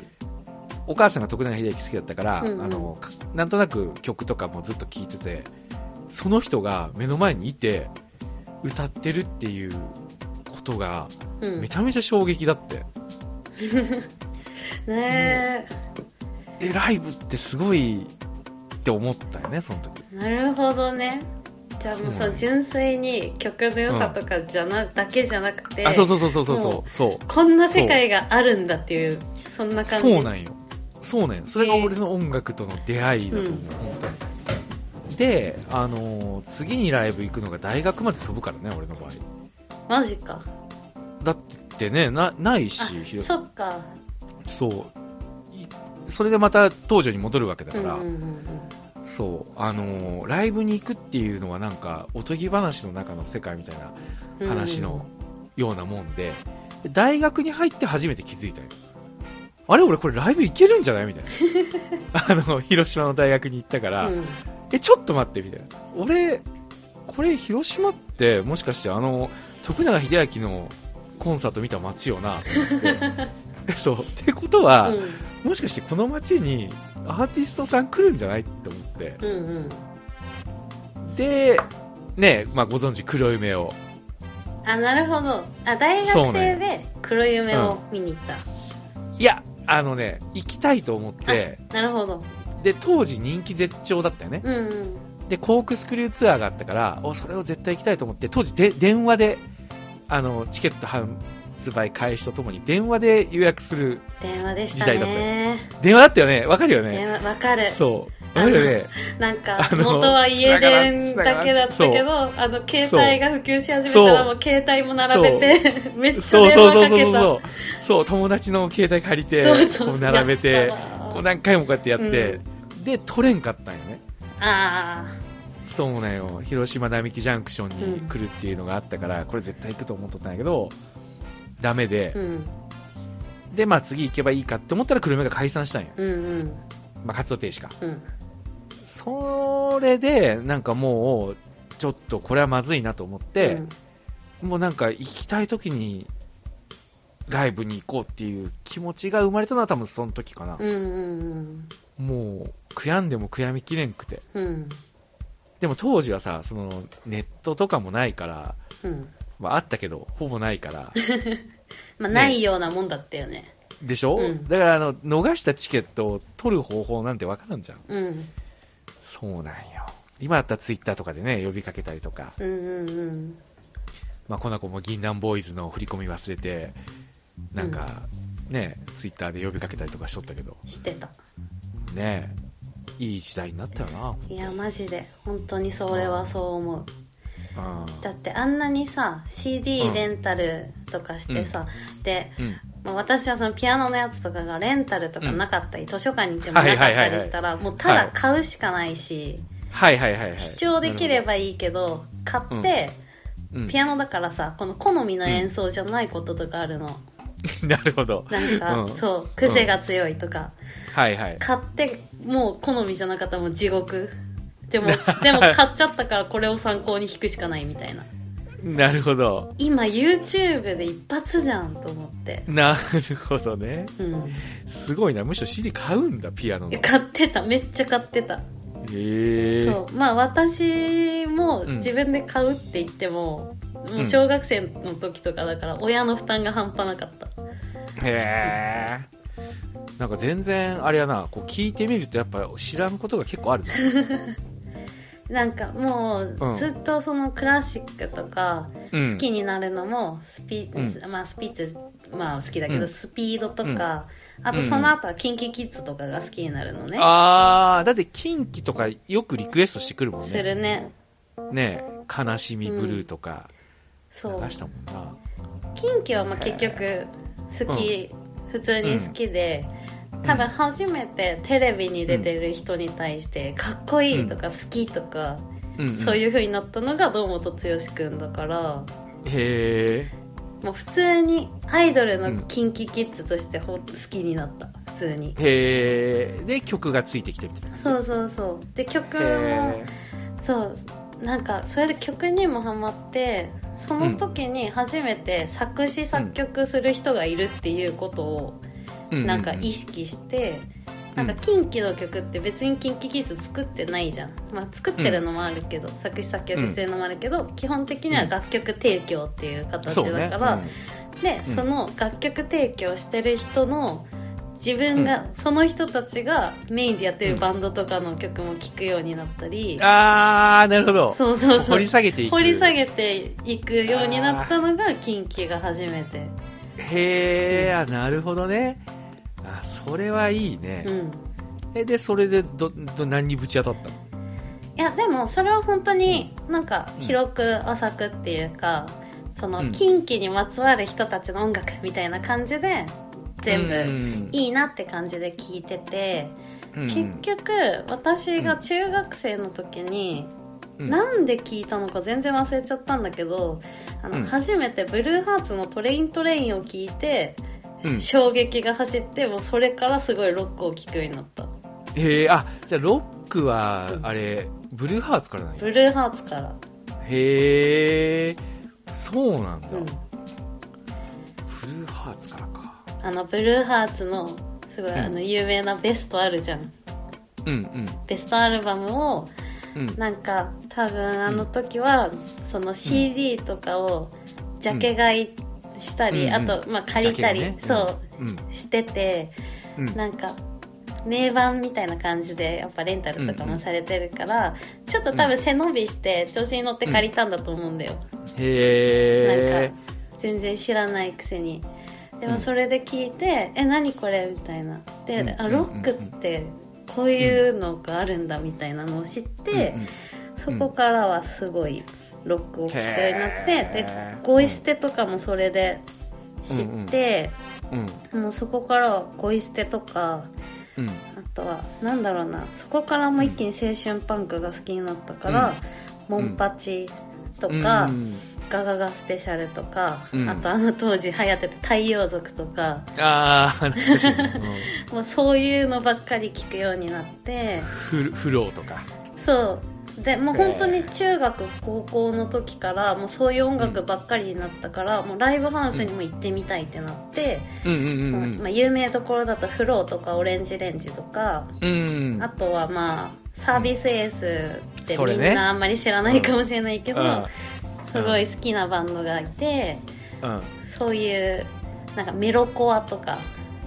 Speaker 1: お母さんが徳永英明好きだったから、
Speaker 2: うんうん
Speaker 1: あのかなんとなく曲とかもずっと聴いててその人が目の前にいて歌ってるっていうことが
Speaker 2: うん
Speaker 1: めちゃめちゃ衝撃だって、
Speaker 2: ね
Speaker 1: えライブってすごいって思ったよねその時
Speaker 2: えなるほどねじゃあもう
Speaker 1: そう
Speaker 2: そ
Speaker 1: なん
Speaker 2: の
Speaker 1: や
Speaker 2: 純粋に曲の良さとかじゃな、だけじゃなくて
Speaker 1: あそうそうそうそうそう
Speaker 2: も
Speaker 1: そうそう
Speaker 2: こんな世界があるんだっていうそんな感じ
Speaker 1: そうなんよそうなんよそれが俺の音楽との出会いだと思う、
Speaker 2: うん
Speaker 1: 本当にで、あのー次にライブ行くのが大学まで飛ぶからね俺の場合
Speaker 2: マジか
Speaker 1: だってねなない
Speaker 2: あ
Speaker 1: しひろ
Speaker 2: そっか
Speaker 1: そういそれでまた東条に戻るわけだ
Speaker 2: う
Speaker 1: か
Speaker 2: んうん
Speaker 1: ら、そうあのーライブに行くっていうのはなんかおとぎ話の中の世界みたいな
Speaker 2: うんうん
Speaker 1: 話のようなもんで、で大学に入って初めて気づいたよあれ俺これライブ行けるんじゃないみたい なあの広島の大学に行ったから、
Speaker 2: うん
Speaker 1: えちょっと待ってみたいな俺これ広島ってもしかしてあの徳永英明のコンサート見た街よなと思って そうってことは、
Speaker 2: うん
Speaker 1: もしかしてこの街にアーティストさん来るんじゃないって思って、
Speaker 2: うんうん
Speaker 1: で、ねまあ、ご存知黒い目を
Speaker 2: あなるほどあ大
Speaker 1: そう
Speaker 2: 学
Speaker 1: ね
Speaker 2: 生で黒夢を見に行った、
Speaker 1: いやあのね行きたいと思って
Speaker 2: なるほど
Speaker 1: で当時人気絶頂だったよね
Speaker 2: うんうん
Speaker 1: でコークスクリューツアーがあったからおそれを絶対行きたいと思って当時で電話であのチケット販売開始とともに電話で予約する
Speaker 2: 電話でしたね
Speaker 1: 時代だった電話だったよねわかるよ
Speaker 2: 電
Speaker 1: ね
Speaker 2: 話わかる
Speaker 1: そうわかるよね
Speaker 2: なんか
Speaker 1: あの
Speaker 2: 元は家電だけだったけ
Speaker 1: 繋
Speaker 2: どあの携帯が普及し始めたら
Speaker 1: そう
Speaker 2: もう携帯も並べて めっちゃ
Speaker 1: そう
Speaker 2: 電
Speaker 1: そうそ
Speaker 2: 話
Speaker 1: うそ
Speaker 2: か
Speaker 1: う
Speaker 2: けた
Speaker 1: そうそう友達の携帯借りて
Speaker 2: そうそうそう
Speaker 1: こう並べ
Speaker 2: やって たわ
Speaker 1: こう何回もこうやってやって、で取れんかったんよね
Speaker 2: あ
Speaker 1: そうなんよ広島並木ジャンクションに来るっていうのがあったから、これ絶対行くと思っとったんやけどダメで
Speaker 2: あ、うん
Speaker 1: でまあ次行けばいいかって思ったら車が解散したんよ、
Speaker 2: うんうん
Speaker 1: まあ、活動停止か
Speaker 2: うん
Speaker 1: それでなんかもうちょっとこれはまずいなと思って、
Speaker 2: うん
Speaker 1: もうなんか行きたい時にライブに行こうっていう気持ちが生まれたのは多分その時かな、
Speaker 2: うんうん
Speaker 1: もう悔やんでも悔やみきれんくて
Speaker 2: うんうん
Speaker 1: でも当時はさそのネットとかもないから、
Speaker 2: うん
Speaker 1: まあ、あったけどほぼないから
Speaker 2: まあ
Speaker 1: ね
Speaker 2: ないようなもんだったよね
Speaker 1: でしょ、
Speaker 2: うん
Speaker 1: だからあの逃したチケットを取る方法なんてわからんじゃん
Speaker 2: うん
Speaker 1: そうなんよ今だったらツイッターとかでね呼びかけたりとか、
Speaker 2: うんうんうん
Speaker 1: まあ、コナコも銀杏ボーイズの振り込み忘れてなんか、ねツイッターで呼びかけたりとかしとったけど
Speaker 2: してた
Speaker 1: ねえいい時代になったよ
Speaker 2: いやマジで本当にそれはそう思う
Speaker 1: な
Speaker 2: だってあんなにさ CD
Speaker 1: うん
Speaker 2: レンタルとかしてさ、で
Speaker 1: うん、うん、
Speaker 2: まあ私はそのピアノのやつとかがレンタルとかなかったり、図書館に行ってもな
Speaker 1: は
Speaker 2: か
Speaker 1: い
Speaker 2: った
Speaker 1: はいはいはい
Speaker 2: りしたら、もうただ買うしかないし、
Speaker 1: はいはいはいはい
Speaker 2: 視聴できればいいけど買って、ピ
Speaker 1: ア
Speaker 2: アノだからさこの好みの演奏じゃないこととかあるの、
Speaker 1: ノ なるほど
Speaker 2: なんか、
Speaker 1: うん
Speaker 2: そう癖が強いとか、
Speaker 1: はいはい
Speaker 2: 買ってもう好みじゃなかったらもう地獄でも でも買っちゃったからこれを参考に弾くしかないみたいな
Speaker 1: なるほど
Speaker 2: 今 YouTube で一発じゃんと思って
Speaker 1: なるほどね
Speaker 2: うん
Speaker 1: すごいなむしろ CD 買うんだピアノの
Speaker 2: いや買ってためっちゃ買ってた
Speaker 1: ええ
Speaker 2: そうまあ私も
Speaker 1: うん
Speaker 2: 自分で買うって言っても,、もう小学生の時とかだから親の負担が半端なかった
Speaker 1: へえ。なんか全然、あれやな、こう聞いてみるとやっぱ知らんことが結構あるな。
Speaker 2: なんかも
Speaker 1: うん
Speaker 2: うずっとそのクラシックとか
Speaker 1: うん
Speaker 2: 好きになるのもスピ,、
Speaker 1: う
Speaker 2: まあ、スピーチ、まあ、好きだけ
Speaker 1: う
Speaker 2: ど
Speaker 1: ん
Speaker 2: スピードとか、あとその後は KinKiKids とかが好きになるのね、
Speaker 1: あー、だって近畿とかよくリクエストしてくるもん
Speaker 2: す
Speaker 1: ね。
Speaker 2: るね
Speaker 1: ねえ悲しみブルーとか流
Speaker 2: そう
Speaker 1: したもんな。
Speaker 2: 近畿はまあ結局好き、普通に好きで、
Speaker 1: ん
Speaker 2: 多分初めてテレビに出てる人に対して、かっこいいとか好きとか、
Speaker 1: うん、。
Speaker 2: そういうう風になったのが堂本剛くんだから
Speaker 1: へえ。
Speaker 2: もう普通にアイドル
Speaker 1: うん
Speaker 2: の KinKiKids としてほ好きになった普通に。
Speaker 1: へえ。で、曲がついてきてみたいな。
Speaker 2: そうそうそうで曲も
Speaker 1: へ
Speaker 2: そうなんかそれで曲にもハマってその時に初めて作詞作曲する人がいるっていうことを
Speaker 1: え。
Speaker 2: なんか意
Speaker 1: 識。
Speaker 2: 識して、
Speaker 1: うん
Speaker 2: なんか近畿の曲って別に KinKiKids 作ってないじゃん、まあ、作ってるのもあるけど、作詞作曲してるのもあるけど、基本的には楽曲提供っていう形
Speaker 1: そうね
Speaker 2: だから、
Speaker 1: うん
Speaker 2: でその楽曲提供してる人の自分が、その人たちがメインでやってるバンドとかの曲も聴くようになったり、
Speaker 1: あー、なるほど。
Speaker 2: そうそうそう
Speaker 1: 掘り下げていく。
Speaker 2: 掘り下げていくようになったのがキンキが初めて、
Speaker 1: へえ、あ、なるほどね。あ、それはいいね
Speaker 2: う。ん、
Speaker 1: え、で、それで、ど、ど、何にぶち当たったの
Speaker 2: いやでもそれは本当になんか広く浅くっていうか、その
Speaker 1: うん
Speaker 2: 近畿にまつわる人たちの音楽みたいな感じで全部
Speaker 1: 部、
Speaker 2: いいなって感じで聞いてて、
Speaker 1: うん
Speaker 2: 結、局私が中学生の時に、
Speaker 1: うん
Speaker 2: なんで聞いたのか全然忘れちゃったんだけどあの、
Speaker 1: うん
Speaker 2: 初めてブルーハーツの「トレイントレイン」を聞いて
Speaker 1: うん
Speaker 2: 衝撃が走ってもうそれからすごいロックを聴くようになった
Speaker 1: へえ、あ、じゃあ、ロックは
Speaker 2: う、ん
Speaker 1: あれ、ブルーハーツからなんや。
Speaker 2: ブルーハーツから、
Speaker 1: へえ、そうなんだ。
Speaker 2: う
Speaker 1: ブ、
Speaker 2: ん
Speaker 1: ルーハーツからか。
Speaker 2: あのブルーハーツのすごい、
Speaker 1: うん
Speaker 2: あの有名なベストあるじゃん
Speaker 1: うん、
Speaker 2: ベストアルバムを
Speaker 1: うん、うん。
Speaker 2: なんか多分あの時は、その CD とかをジャケ買いした
Speaker 1: う
Speaker 2: り、
Speaker 1: んうん
Speaker 2: あと、まあ、借りたり、
Speaker 1: ジャケがね
Speaker 2: そう
Speaker 1: うん、
Speaker 2: してて、
Speaker 1: うん。
Speaker 2: なんか名盤みたいな感じでやっぱレンタルとかもされてるから、ちょっと多分背伸びして調子に乗って借りたんだと思うんだよ、
Speaker 1: へ
Speaker 2: なん
Speaker 1: え
Speaker 2: か、全然知らないくせにで
Speaker 1: うん
Speaker 2: もそれで聞いて「え何これ?」みたいなで、
Speaker 1: うん
Speaker 2: あロックってこういうのがあるんだみたいなのを知って、
Speaker 1: うんうん
Speaker 2: そこからはすごいロックを聴くようになって
Speaker 1: へ
Speaker 2: で
Speaker 1: ー
Speaker 2: ゴイステとかもそれで知って、
Speaker 1: うん、
Speaker 2: もうそこからはゴイステとか
Speaker 1: うん。
Speaker 2: あとはなんだろうなそこからもう一気に青春パンクが好きになったから、
Speaker 1: うん
Speaker 2: モンパチとか、
Speaker 1: うん
Speaker 2: ガガガスペシャルとか、
Speaker 1: うん
Speaker 2: あとあの当時流行ってた太陽族とか、
Speaker 1: あー、懐かしいね。うん
Speaker 2: もうそういうのばっかり聞くようになって、
Speaker 1: フルフローとか。
Speaker 2: そう。で、もう
Speaker 1: へー
Speaker 2: 本当に中学、高校の時から、もうそういう音楽ばっかりになったから、もうライブハウスにも行ってみたいってなって、
Speaker 1: うんうんう
Speaker 2: その
Speaker 1: ん
Speaker 2: まあ、有名どころだとフローとかオレンジレンジとか、
Speaker 1: うん。うん。
Speaker 2: あとはまあ、サービスエースって
Speaker 1: そ
Speaker 2: み
Speaker 1: れ
Speaker 2: ん
Speaker 1: ね
Speaker 2: なあんまり知らないかもしれないけど、
Speaker 1: うん
Speaker 2: すごい好きなバンドがいて、
Speaker 1: うん。
Speaker 2: そういうなんかメロコアとか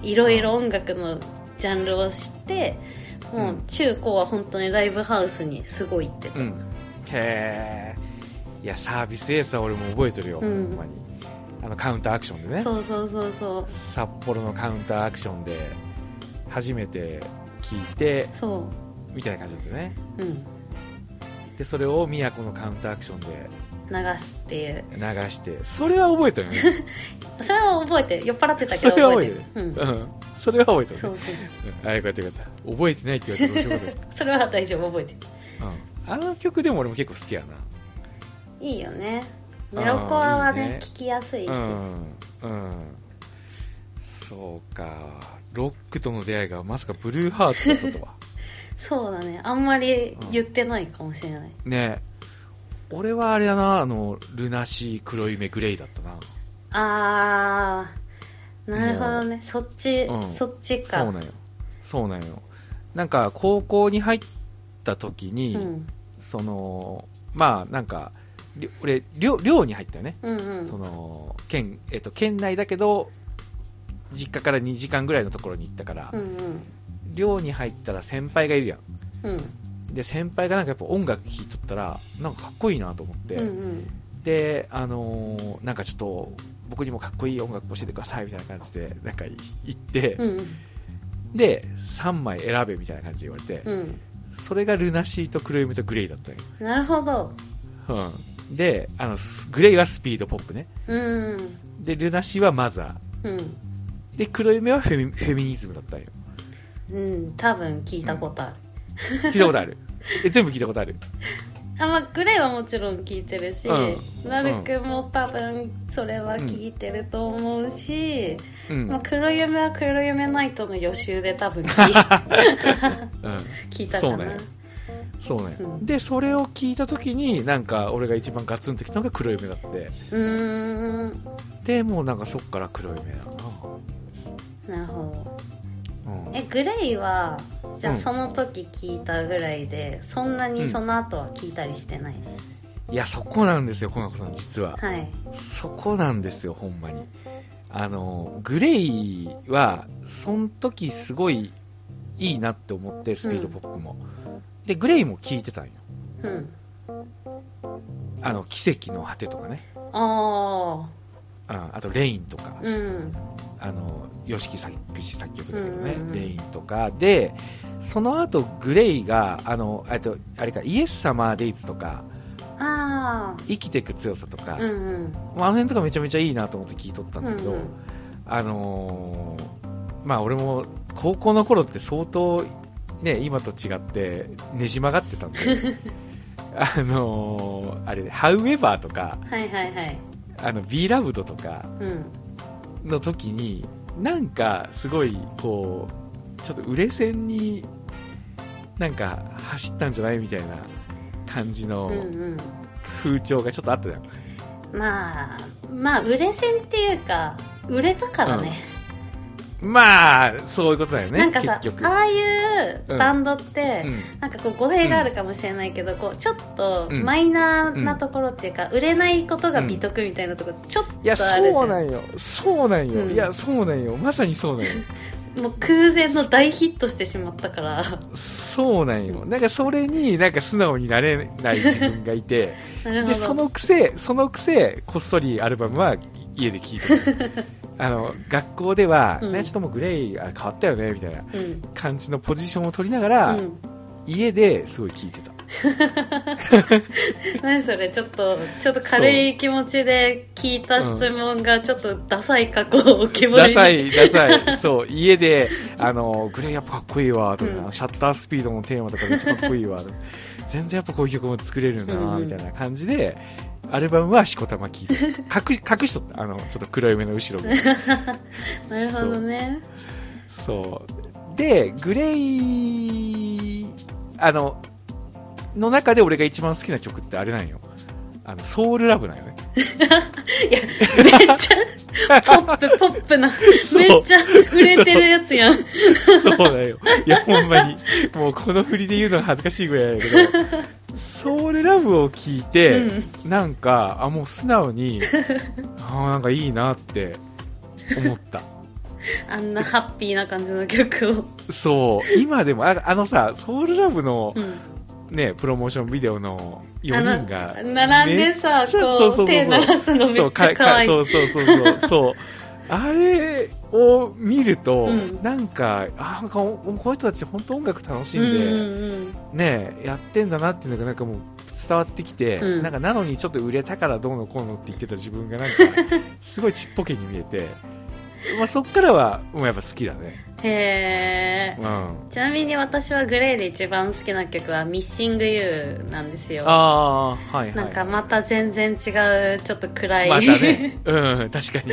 Speaker 2: いろいろ音楽のジャンルを知ってもう中高は本当にライブハウスにすごい行ってた、
Speaker 1: うん。へー。いや、サービスエースは俺も覚えてるよ、
Speaker 2: うん
Speaker 1: ほんまに。あの、カウンターアクションでね。
Speaker 2: そうそうそうそう
Speaker 1: 札幌のカウンターアクションで、初めて聞いて、
Speaker 2: そ
Speaker 1: みたいな感じだったよね。
Speaker 2: ううん
Speaker 1: で、それを宮古のカウンターアクションで
Speaker 2: 流すっていう
Speaker 1: 流して、それは覚えてるよ ね。
Speaker 2: それは覚えて酔っ払ってたけ
Speaker 1: そ
Speaker 2: ど
Speaker 1: れは
Speaker 2: 覚
Speaker 1: 覚え
Speaker 2: えて
Speaker 1: て
Speaker 2: る
Speaker 1: る。
Speaker 2: うん
Speaker 1: うん。それは覚えてるね。
Speaker 2: そうそう
Speaker 1: うんあよかったよかった。覚えてないって言われてどうしようもない。
Speaker 2: それは大丈夫覚えてる
Speaker 1: うん。あの曲でも俺も結構好きやな。
Speaker 2: いいよね
Speaker 1: あー
Speaker 2: メロコアはい
Speaker 1: い
Speaker 2: ね
Speaker 1: ね
Speaker 2: 聞きやすいし、
Speaker 1: うん、うん、そうかロックとの出会いがまさかブルーハーツだったと は
Speaker 2: そうだねあんまり言ってないかもしれない、
Speaker 1: ねえ俺はあれだなあのルナシー黒夢グレイだったな
Speaker 2: あーなるほどねそっち、
Speaker 1: うん
Speaker 2: そっちか
Speaker 1: そうなんよそうなんよなんか高校に入った時に、
Speaker 2: うん
Speaker 1: そのまあなんかり俺寮寮に入ったよね、
Speaker 2: うんうん
Speaker 1: その県えっと県内だけど実家から2時間ぐらいのところに行ったから、
Speaker 2: うんうん
Speaker 1: 寮に入ったら先輩がいるやん
Speaker 2: うん
Speaker 1: で先輩がなんかやっぱ音楽聴いとったらなんかかっこいいなと思って、
Speaker 2: うんうん
Speaker 1: であのーなんかちょっと僕にもかっこいい音楽教えてくださいみたいな感じでなんかい行って、
Speaker 2: うん
Speaker 1: で3枚選べみたいな感じで言われて、
Speaker 2: うん
Speaker 1: それがルナシーとクロイムとグレイだったんよ
Speaker 2: なるほど
Speaker 1: うん、であのスグレイはスピードポップね
Speaker 2: うん
Speaker 1: でルナシーはマザ
Speaker 2: うん
Speaker 1: ーで黒夢はフェミフェミニズムだったんよ
Speaker 2: うん多分聞いたことある、
Speaker 1: 聞いたこと あるえ全部聞いたことある
Speaker 2: あまあ、グレイはもちろん聞いてるし、
Speaker 1: うん
Speaker 2: なるくんも多分それは聞いてると思うし、
Speaker 1: うん、
Speaker 2: まあ、黒夢は黒夢ナイトの予習で多分聞い
Speaker 1: うん
Speaker 2: 聞いたか
Speaker 1: そうね
Speaker 2: な
Speaker 1: そうね、
Speaker 2: うん
Speaker 1: でそれを聞いた時になんか俺が一番ガツンときたのが黒夢だって
Speaker 2: うーん
Speaker 1: でもうなんかそっから黒夢だ
Speaker 2: なるほ
Speaker 1: な、うん
Speaker 2: どえグレイはじゃ
Speaker 1: う
Speaker 2: あ
Speaker 1: ん
Speaker 2: その時聞いたぐらいで、そんなにその後は聞いたりしてない、
Speaker 1: いやそこなんですよこの子さん実は
Speaker 2: はい
Speaker 1: そこなんですよほんまにあの、グレイは、その時すごいいいなって思って、スピードポップも。で、グレイも聞いてたんよ。
Speaker 2: うん。
Speaker 1: あの、奇跡の果てとかね。
Speaker 2: あ
Speaker 1: うんあと、レインとか
Speaker 2: あ。。うん。
Speaker 1: あの、吉木作詞作曲だけどね、
Speaker 2: うんうんうん
Speaker 1: レインとか。で、その後、グレイが、あの、あと、あれか、イエス・サマー・デイズとか、
Speaker 2: あ
Speaker 1: 生きていく強さとか、
Speaker 2: あ。うんうん。
Speaker 1: まああの辺とかめちゃめちゃいいなと思って聞いとったんだけど、
Speaker 2: うんうん
Speaker 1: あのーまあ俺も高校の頃って相当、ね、今と違ってねじ曲がってた んで、あのーあれ、However とか、
Speaker 2: はいはいはい。
Speaker 1: あの、Be Loved とか
Speaker 2: うん。
Speaker 1: の時に、なんかすごい、こう、ちょっと売れ線になんか走ったんじゃないみたいな感じ
Speaker 2: う
Speaker 1: の
Speaker 2: んうん。
Speaker 1: 風潮がちょっとあったじゃん。
Speaker 2: まあ、まあ、売れ線っていうか、売れたからね。
Speaker 1: まあ、そういうことだよね、
Speaker 2: なんかさ、
Speaker 1: 結局。
Speaker 2: ああいうバンドって、
Speaker 1: うん
Speaker 2: なんかこう語弊があるかもしれないけど、こうちょっと
Speaker 1: うん
Speaker 2: マイナーなところっていうか、売れないことが美徳みたいなところちょっ
Speaker 1: いや、
Speaker 2: とあるじゃ
Speaker 1: そうんなんよ。そうなんよ。
Speaker 2: うん
Speaker 1: いや、そうなんよ。まさにそうなんよ。
Speaker 2: もう空前の大ヒットしてしまったから
Speaker 1: そうなんよ。なんか、それに、なんか、素直になれない自分がいて、
Speaker 2: なるほ
Speaker 1: で、
Speaker 2: ど
Speaker 1: そのくせ、そのくせ、こっそりアルバムは家で聴いて る。あの、学校では、
Speaker 2: うん
Speaker 1: ね、ちょっともうグレイあ変わったよね、みたいな
Speaker 2: うん
Speaker 1: 感じのポジションを取りながら、
Speaker 2: うん、
Speaker 1: 家ですごい聴いてた。
Speaker 2: 何それちょっとちょっと軽い気持ちで聞いた質問がちょっとダサい過去を浮き彫り
Speaker 1: ダ
Speaker 2: に
Speaker 1: サい、ダ サい。そう、家で、あの、グレーやっぱかっこいいわ、とか、
Speaker 2: うん
Speaker 1: シャッタースピードのテーマとかめっちゃかっこいいわ、全然やっぱこういう曲も作れる
Speaker 2: うん
Speaker 1: な、
Speaker 2: うん
Speaker 1: みたいな感じで、アルバムはしこたま聴いて る隠し、隠しとった。あの、ちょっと黒い目の後ろに。
Speaker 2: なるほどね
Speaker 1: そう。で、グレイ、あの、の中で俺が一番好きな曲ってあれなんよ。あの、ソウルラブなん よね。
Speaker 2: いやめっちゃポップポップな
Speaker 1: そう
Speaker 2: めっちゃ売れてるやつやん
Speaker 1: そうだよ。いや、ほんまに。もうこの振りで言うのが恥ずかしいぐらいだけど、ソウルラブを聞いて、なんか、あ、もう素直に、あーなんかいいなって思った。
Speaker 2: あんなハッピーな感じの曲を、
Speaker 1: そう、今でも、ああのさ、ソウルラブの
Speaker 2: うん、
Speaker 1: ね、プロモーションビデオの4人が
Speaker 2: あ、の並んでさ
Speaker 1: めっちゃ
Speaker 2: こう
Speaker 1: そうそうそうそう
Speaker 2: 手鳴らすのめっちゃ
Speaker 1: そうか
Speaker 2: 可愛い
Speaker 1: そうそうそうそう。そうあれを見ると、
Speaker 2: うん
Speaker 1: なんか、あーなんかおこの人たち本当音楽楽し
Speaker 2: うんん
Speaker 1: で、
Speaker 2: うん
Speaker 1: ねえやってんだなっていうのがなんかもう伝わってきて、
Speaker 2: うん
Speaker 1: なんかなのにちょっと売れたからどうのこうのって言ってた自分がなん かすごいちっぽけに見えて、まあ、そっからはもうやっぱ好きだね、
Speaker 2: うんへ
Speaker 1: う
Speaker 2: え
Speaker 1: ん、あ
Speaker 2: ちなみに私はグレイで一番好きな曲は「ミッシング・ユー」なんですよ
Speaker 1: あーはいはい
Speaker 2: なんかまた全然違うちょっと暗い、
Speaker 1: またねうん確かに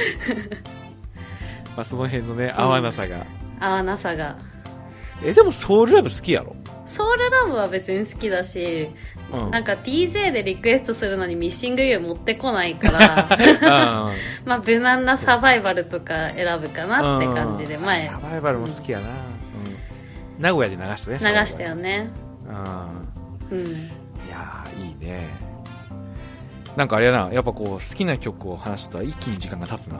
Speaker 1: まあその辺のね合わなさが、
Speaker 2: 合わなさが
Speaker 1: えでもソウルラブ好きやろ、
Speaker 2: ソウルラブは別に好きだし、
Speaker 1: うん、
Speaker 2: なん
Speaker 1: か
Speaker 2: か DJ でリクエストするのにミッシングユー持ってこないから、 まあ無難なサバイバルとか選ぶかなって感じで前
Speaker 1: サバイバルも好きやな、うん名古屋で流したね
Speaker 2: 流
Speaker 1: サバイバル
Speaker 2: したよね。
Speaker 1: うん
Speaker 2: うん。
Speaker 1: いやー、いいね。なんかあれやな、やっぱこう、好きな曲を話してたら一気に時間が経つな。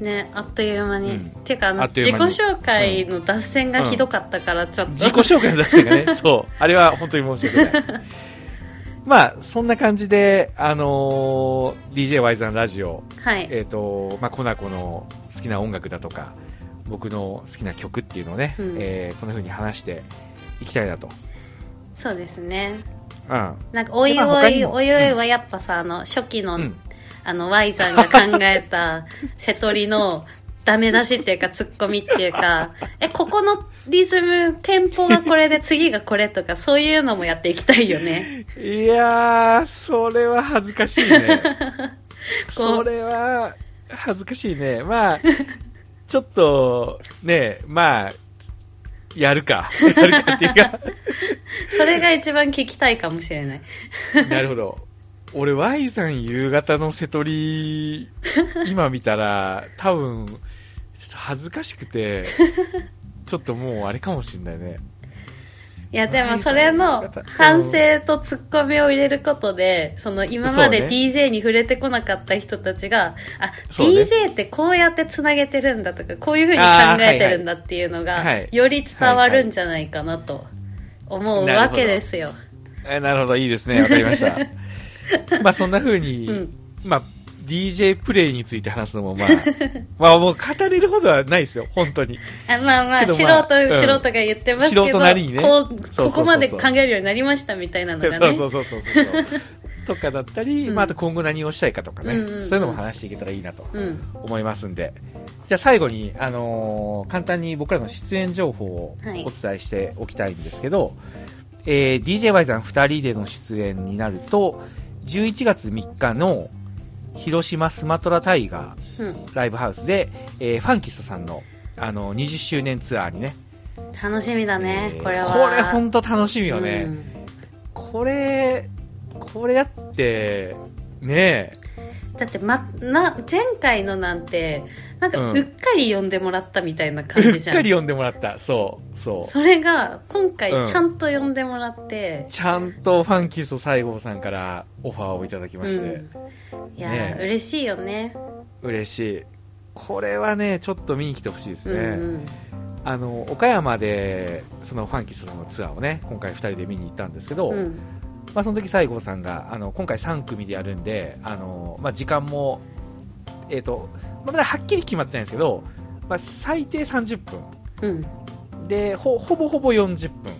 Speaker 2: ね、あっという間に。
Speaker 1: うん
Speaker 2: てかあの
Speaker 1: あっとい
Speaker 2: 自
Speaker 1: う
Speaker 2: 己
Speaker 1: 間に
Speaker 2: 紹介の脱線がひどかったから、ちょっと。
Speaker 1: 自己紹介の出すが ね、そう。あれは本当に申し訳ない。まあ、そんな感じで、あのー、DJY さんラジオ、
Speaker 2: はい。
Speaker 1: えっ、と、まあ、コナコの好きな音楽だとか、僕の好きな曲っていうのをね、
Speaker 2: うん
Speaker 1: えーこんな風に話していきたいなと。
Speaker 2: そうですね。
Speaker 1: うん。
Speaker 2: なんか、おい
Speaker 1: まあ
Speaker 2: お
Speaker 1: 他
Speaker 2: い、
Speaker 1: にも
Speaker 2: おいおいはやっぱさ、あの、初期の、
Speaker 1: うん。
Speaker 2: あの、Y さんが考えた、瀬戸りの、ダメ出しっていうか、ツッコミっていうか、え、ここのリズム、テンポがこれで、次がこれとか、そういうのもやっていきたいよね。
Speaker 1: いやー、それは恥ずかしい ね。それは恥ずかしいね。 まあ、ちょっと、ね、まあ、やるか。やるかっていう か。
Speaker 2: それが一番聞きたいかもしれない。
Speaker 1: なるほど。俺、Y さん夕方の瀬戸 り、今見たら、多分、ちょっと恥ずかしくて、ちょっともうあれかもしんないね。
Speaker 2: いやでもそれの反省とツッコミを入れることで、その今ま
Speaker 1: そ
Speaker 2: で
Speaker 1: うね
Speaker 2: DJ に触れてこなかった人たちが、あ、
Speaker 1: そうね
Speaker 2: DJ ってこうやってつなげてるんだとか、こういうふうに考えてるんだっていうの
Speaker 1: あー
Speaker 2: が
Speaker 1: はいはいは、い
Speaker 2: より伝わるんじゃないかなと思うわけですよ。
Speaker 1: えなるほど、いいですね。わかりました。 まあ、そんな風に、
Speaker 2: うん
Speaker 1: まあ、DJ プレイについて話すのも、 まあ、まあ、もう語れるほどはないですよ、本当に。
Speaker 2: あまあまあ、
Speaker 1: けど
Speaker 2: 素人、
Speaker 1: まあうん
Speaker 2: 素人が言ってますけど、
Speaker 1: 素人なりにね
Speaker 2: こ
Speaker 1: そう
Speaker 2: う
Speaker 1: そうそうそう
Speaker 2: ここまで考えるようになりましたみたいなのがね。
Speaker 1: そう そうそうそうそう。 とかだったり、
Speaker 2: うん
Speaker 1: まあ、あと今後何をしたいかとかね、
Speaker 2: うんうんうん
Speaker 1: そういうのも話していけたらいいなと
Speaker 2: うん。
Speaker 1: 思いますんで、じゃあ最後に、あのー簡単に僕らの出演情報をお
Speaker 2: はい
Speaker 1: 伝えしておきたいんですけど、えー DJY さん2人での出演になると、11月3日の広島スマトラタイガー
Speaker 2: うん。
Speaker 1: ライブハウスで、えーファンキストさんのあの20周年ツアーにね、
Speaker 2: 楽しみだね、
Speaker 1: えー
Speaker 2: これは。
Speaker 1: これほんと楽し
Speaker 2: 当
Speaker 1: みよね。これ、これだって、ねえ、
Speaker 2: だって、ま、な、前回のなんて、なんか、
Speaker 1: うん
Speaker 2: うっかり呼んでもらったみたいな感
Speaker 1: う
Speaker 2: じ
Speaker 1: っ
Speaker 2: じゃ
Speaker 1: か
Speaker 2: ん。
Speaker 1: り読んでもらった。そう、そう。
Speaker 2: それが、今回
Speaker 1: うん
Speaker 2: ちゃんと呼んでもらって、
Speaker 1: ちゃんとファンキスト西郷さんからオファーをいただきまして、
Speaker 2: いやー、
Speaker 1: ねえ
Speaker 2: 嬉しいよね。
Speaker 1: 嬉しい。これはね、ちょっと見に来てほしいです
Speaker 2: う
Speaker 1: ね。
Speaker 2: ん
Speaker 1: あの、岡山で、そのファンキストさんのツアーをね、今回2人で見に行ったんですけど、
Speaker 2: うん。うん。
Speaker 1: まあ、その時西郷さんがあの今回3組でやるんであの、まあ、時間も、えーとまあ、まだはっきり決まってないんですけど、まあ、最低30分
Speaker 2: うん。
Speaker 1: でほほぼほぼ40分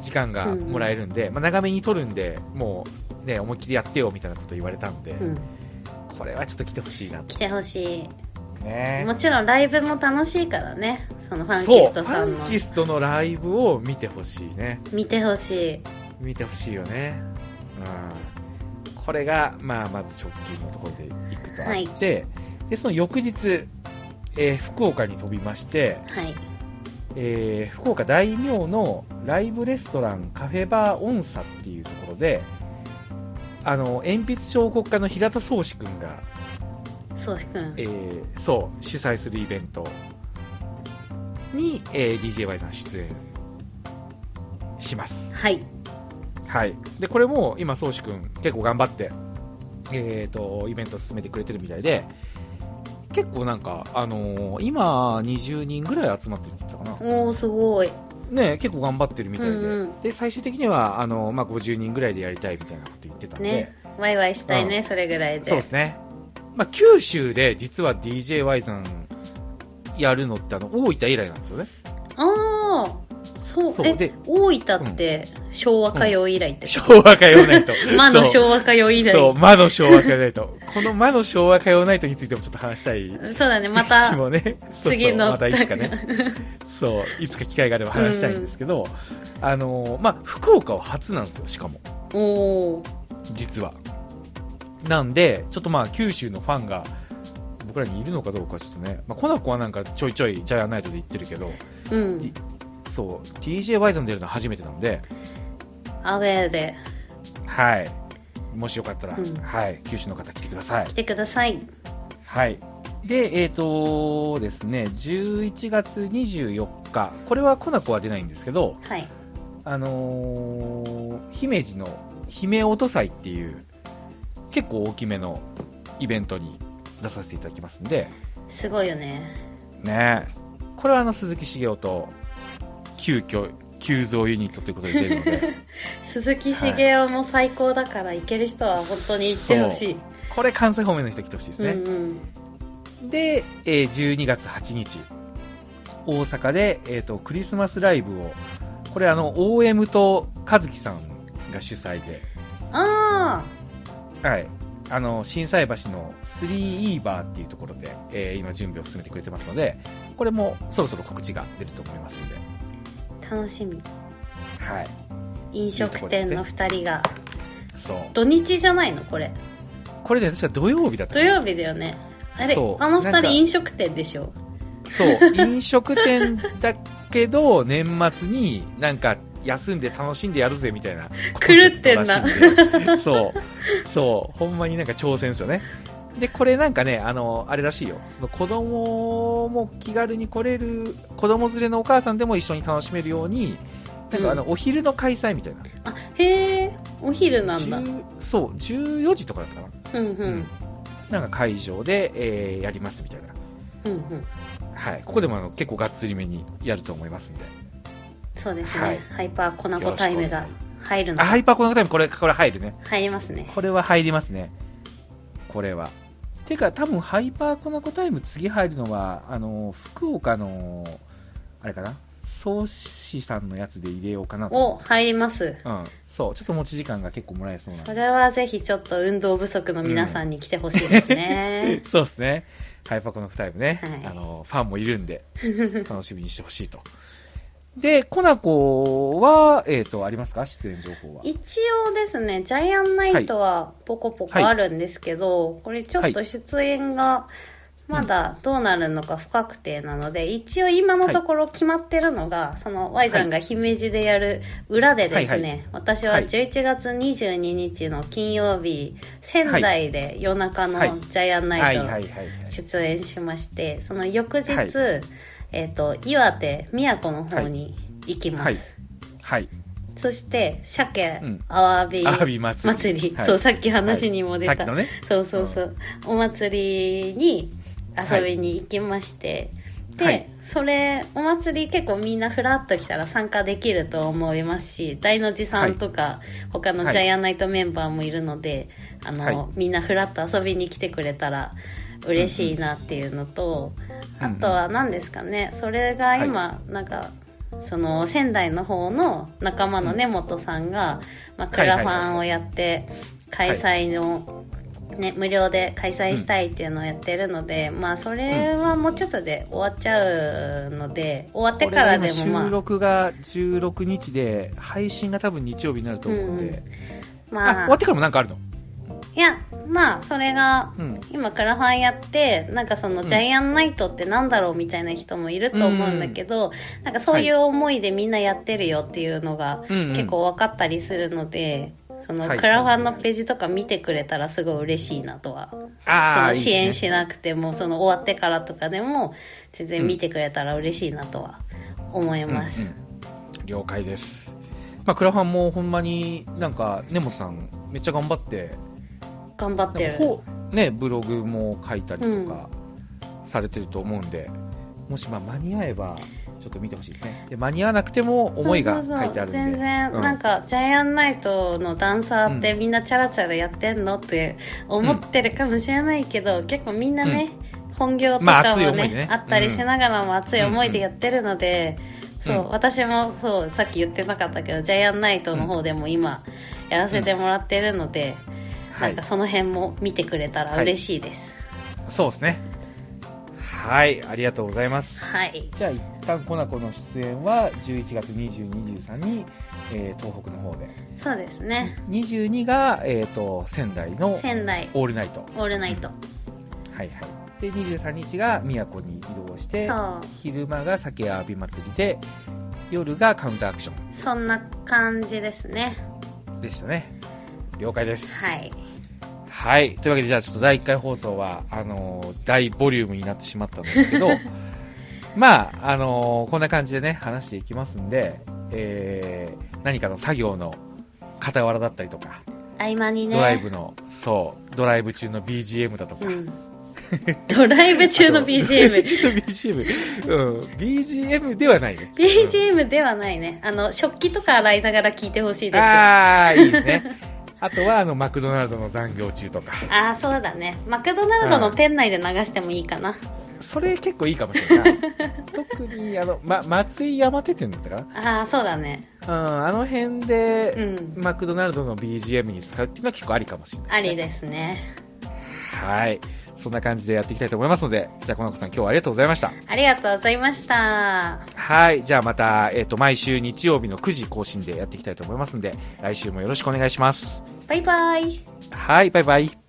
Speaker 1: 時間がもらえるんで、まあ、長めに取るんでもう、ね、思いっきりやってよみたいなこと言われたんで、
Speaker 2: うん。
Speaker 1: これはちょっと来てほしいな
Speaker 2: 来
Speaker 1: と、
Speaker 2: てほしい。
Speaker 1: ね
Speaker 2: も、ちろんライブも楽しいからね。そのファンキ
Speaker 1: そう
Speaker 2: ス
Speaker 1: フ
Speaker 2: トさん
Speaker 1: ァ
Speaker 2: の
Speaker 1: ン。キストのライブを見てほしいね
Speaker 2: 見てほしい。
Speaker 1: 見てほしいよね、うん、これが、まあ、まず直近のところで行くとあって、でその翌日、えー福岡に飛びまして、
Speaker 2: はい。
Speaker 1: えー福岡大名のライブレストランカフェバーオンサっていうところであの鉛筆彫刻家の平田宗志君が、
Speaker 2: そうしくん
Speaker 1: え。ーそう主催するイベントに、えー DJY さん出演します
Speaker 2: はい。
Speaker 1: はい、でこれも今、宗志君、結構頑張って、えー、とイベント進めてくれてるみたいで、結構なんか、あのー今、20人ぐらい集まってるって言ってたかな、
Speaker 2: おー、すごい。
Speaker 1: ね、結構頑張ってるみたいで、
Speaker 2: うんうん
Speaker 1: で最終的にはあのーまあ、50人ぐらいでやりたいみたいなこと言ってたんで、
Speaker 2: ね。ワイワイしたいね、
Speaker 1: うん
Speaker 2: それぐらいで。
Speaker 1: そうですね、まあ、九州で実は DJY さんやるのってあの大分以来なんですよね、
Speaker 2: ああ、そう。
Speaker 1: そう
Speaker 2: え
Speaker 1: で、
Speaker 2: 大分って昭和歌謡以来ってこ
Speaker 1: 昭和歌謡ナイト
Speaker 2: と、 魔の
Speaker 1: 和
Speaker 2: 昭和歌謡以
Speaker 1: そ、
Speaker 2: 来。そう
Speaker 1: 魔の昭和歌謡ナイト。この魔の昭和歌謡ナイトについてもちょっと話したいう
Speaker 2: だね、また
Speaker 1: 時、もね、そう
Speaker 2: 次
Speaker 1: そう
Speaker 2: の。
Speaker 1: またいつかね、そう、いつか機会があれば話したいんですけど、あのー、まあ、福岡は初なんですよ、しかも、
Speaker 2: おー。
Speaker 1: 実は。なんで、ちょっとまあ、九州のファンが、僕らにいるのかどうかちょっとね、まあ、コナコはなんかちょいちょいジャイアンナイトで行ってるけど、
Speaker 2: うん。
Speaker 1: そう、TJ ワイズン出るのは初めてなので、
Speaker 2: アウェーで
Speaker 1: はい。もしよかったら、
Speaker 2: うん
Speaker 1: はい、九州の方来てください
Speaker 2: 来。てください。
Speaker 1: はい。で、えっ、とですね、11月24日、これはコナコは出ないんですけど、
Speaker 2: はい。
Speaker 1: あのー姫路の姫音祭っていう、結構大きめのイベントに出させていただきますんで、
Speaker 2: すごいよね。
Speaker 1: ねえこれはあの鈴木茂雄と、急遽、急増ユニットということで出るの で、
Speaker 2: 鈴木茂雄も最高だから、行ける人は本当に行ってほしい。
Speaker 1: これ関西方面の人来てほしいです
Speaker 2: うん
Speaker 1: ね。
Speaker 2: うん。
Speaker 1: で、えー12月8日、大阪で、えー、とクリスマスライブを、これあの、OM と和樹さんが主催で、
Speaker 2: あ
Speaker 1: はい、あの、心斎橋の3 e バーっていうところで、えー今準備を進めてくれてますので、これもそろそろ告知が出ると思いますんで、
Speaker 2: ー、楽しみ。
Speaker 1: はい、
Speaker 2: 飲食店の二人が。
Speaker 1: そう。
Speaker 2: 土日じゃないのこれ。
Speaker 1: これね、確か土曜日だった
Speaker 2: 土曜日だよね。あれ、
Speaker 1: そう
Speaker 2: あの二
Speaker 1: なんか
Speaker 2: 人飲食店でしょ
Speaker 1: そう、飲食店だけど、年末になんか休んで楽しんでやるぜみたいな。
Speaker 2: 狂ってんな
Speaker 1: コンセプトらしいんで。 そう、そう、ほんまになんか挑戦ですよね。で、これなんかね、あの、あれらしいよ。その子供も気軽に来れる、子供連れのお母さんでも一緒に楽しめるように、なんかあの、お昼の開催みたいな。
Speaker 2: あへえお昼なんだ
Speaker 1: 10そう、14時とかだったか
Speaker 2: うんう
Speaker 1: な。
Speaker 2: ん。
Speaker 1: なんか会場で、えーやりますみたいな。
Speaker 2: うんうん
Speaker 1: はい。ここでもあの結構がっつりめにやると思いますんで。
Speaker 2: そうですね、
Speaker 1: はい
Speaker 2: ハイパーコナコタイムが入るの
Speaker 1: あ、ハイパーコナコタイム、これ、これ入るね。
Speaker 2: 入りますね
Speaker 1: これは入りますね。これは。てか、多分ハイパーコナコタイム次入るのは、あの、福岡の、あれかな、宗師さんのやつで入れようかなと。
Speaker 2: お入ります
Speaker 1: うん。そう、ちょっと持ち時間が結構もらえそうなんで
Speaker 2: それはぜひちょっと運動不足の皆さんに来てほしいです ね、
Speaker 1: そうですね。ハイパコのタイムね、
Speaker 2: はい
Speaker 1: あの、ファンもいるん で、楽しみにしてほしいと。で、コナコは、えっ、と、ありますか出演情報は。
Speaker 2: 一応ですねジャイアンナイトはポコポコあるんですけど、これちょっと出演がまだどうなるのか不確定なので、一応今のところ決まってるのが、その Y さんが姫路でやる裏でですね、
Speaker 1: はいは
Speaker 2: 私は11月22日の金曜日、仙台で夜中の
Speaker 1: はい
Speaker 2: ジャイアンナ
Speaker 1: は
Speaker 2: イ
Speaker 1: いは
Speaker 2: ト
Speaker 1: い
Speaker 2: を
Speaker 1: はいはい。
Speaker 2: 出演しましてその翌日、
Speaker 1: はい
Speaker 2: えっと岩手宮古の方に行きます、
Speaker 1: はいはい。
Speaker 2: そして鮭、
Speaker 1: うん
Speaker 2: アワビ
Speaker 1: アワビ祭り。
Speaker 2: 祭り、
Speaker 1: はい
Speaker 2: そうさっき話にも出た、
Speaker 1: はいさっきのね。
Speaker 2: そうそうそう、お祭りに遊びに行きまして、で、
Speaker 1: はい
Speaker 2: それお祭り結構みんなふらっと来たら参加できると思いますし大の字さんとか、他のジャイアンナイトメンバーもいるので、あの
Speaker 1: はい
Speaker 2: みんなふらっと遊びに来てくれたら嬉しいなっていうのと、
Speaker 1: うんうん
Speaker 2: あとは何ですかねそれが今、なんかその仙台の方の仲間の根本さんが、まあ、クラファンをやって
Speaker 1: いは
Speaker 2: 開
Speaker 1: い
Speaker 2: 催の、ね、無料で開催したいっていうのをやってるので、まあそれはもうちょっとで終わっちゃうので終わってからでも
Speaker 1: これは今
Speaker 2: ま
Speaker 1: 収
Speaker 2: あ
Speaker 1: 録が16日で、配信が多分日曜日になると思うんで。あ、
Speaker 2: ま
Speaker 1: 終
Speaker 2: あ
Speaker 1: わってからもなんかあるの
Speaker 2: いやまあそれが
Speaker 1: うん。
Speaker 2: 今クラファンやってなんかその
Speaker 1: うん
Speaker 2: ジャイアンナイトってなんだろうみたいな人もいると思うんだけど、なんかそういう思いでみんなやってるよっていうのが
Speaker 1: うんうん
Speaker 2: 結構分かったりするので、その
Speaker 1: はい
Speaker 2: クラファンのページとか見てくれたらすごい嬉しいなとは、
Speaker 1: ああ、
Speaker 2: その支
Speaker 1: いい
Speaker 2: 援
Speaker 1: ですね
Speaker 2: しなくてもその終わってからとかでも全然見てくれたら嬉しいなとは思います。
Speaker 1: うんうん了解です、まあ、クラファンもほんまになんか根本さんめっちゃ頑張って
Speaker 2: 頑張って
Speaker 1: なん
Speaker 2: る
Speaker 1: かほうね、ブログも書いたりとかされてると思うんで、もしまあ間に合えばちょっと見てほしいですねで間に合わなくても思いが書いてあるんで
Speaker 2: そうそうそう全然、
Speaker 1: うん
Speaker 2: なんかジャイアンナイトのダンサーってみんなチャラチャラやってんのって思ってるかもしれないけど、結構みんなね、本業と
Speaker 1: まあ
Speaker 2: かも
Speaker 1: 熱い
Speaker 2: ね,、
Speaker 1: 思いでね
Speaker 2: あったりしながらも熱い思いでやってるので、
Speaker 1: うん
Speaker 2: そうう私もそうさっき言ってなかったけどジャイアンナイトの方でも今やらせてもらってるので、
Speaker 1: は
Speaker 2: なん
Speaker 1: い
Speaker 2: かその辺も見てくれたら嬉しいです。
Speaker 1: そうですねはいありがとうございます
Speaker 2: はい、
Speaker 1: じゃあ一旦コナコの出演は11月2223に、えー東北の方で
Speaker 2: そうですね
Speaker 1: 22が、えー、と仙台の
Speaker 2: 仙台
Speaker 1: オールナイト
Speaker 2: オールナイト
Speaker 1: はいはい。で、23日が宮古に移動して
Speaker 2: そう、
Speaker 1: 昼間が酒やび祭りで、夜がカウンターアクショ
Speaker 2: そんな感じですね。
Speaker 1: ンでしたね。了解です。
Speaker 2: はい
Speaker 1: はい。というわけで、じゃあちょっと第1回放送は、あのー大ボリュームになってしまったんです けど、まあ、あのーこんな感じでね、話していきますんで、えー、何かの作業の傍らだったりとか、
Speaker 2: 合間にね
Speaker 1: ドライブの、そう、ドライブ中の BGM だとか、
Speaker 2: うん、ドライブ中 の BGM
Speaker 1: ちょっと BGM。うん。BGM ではないね。
Speaker 2: BGM ではないねあの食器とか洗いながら聞いてほしいですあ
Speaker 1: ああ、いいですね。あとは、あの、マクドナルドの残業中とか。
Speaker 2: あーそうだねマクドナルドの店内で流してもいいかな
Speaker 1: それ結構いいかもしれ ない。特に、あの、ま、松井山手店だったか
Speaker 2: ああーそうだね
Speaker 1: なうん、あの辺で、
Speaker 2: うん
Speaker 1: マクドナルドの BGM に使うっていうのは結構ありかもしれない。
Speaker 2: ありですね
Speaker 1: はい。そんな感じでやっていきたいと思いますので、じゃあ、この子さん今日はありがとうございました。
Speaker 2: ありがとうございました
Speaker 1: はい。じゃあまた、えっ、と、毎週日曜日の9時更新でやっていきたいと思いますので、来週もよろしくお願いします。
Speaker 2: バイバイ
Speaker 1: はい、バイバイ。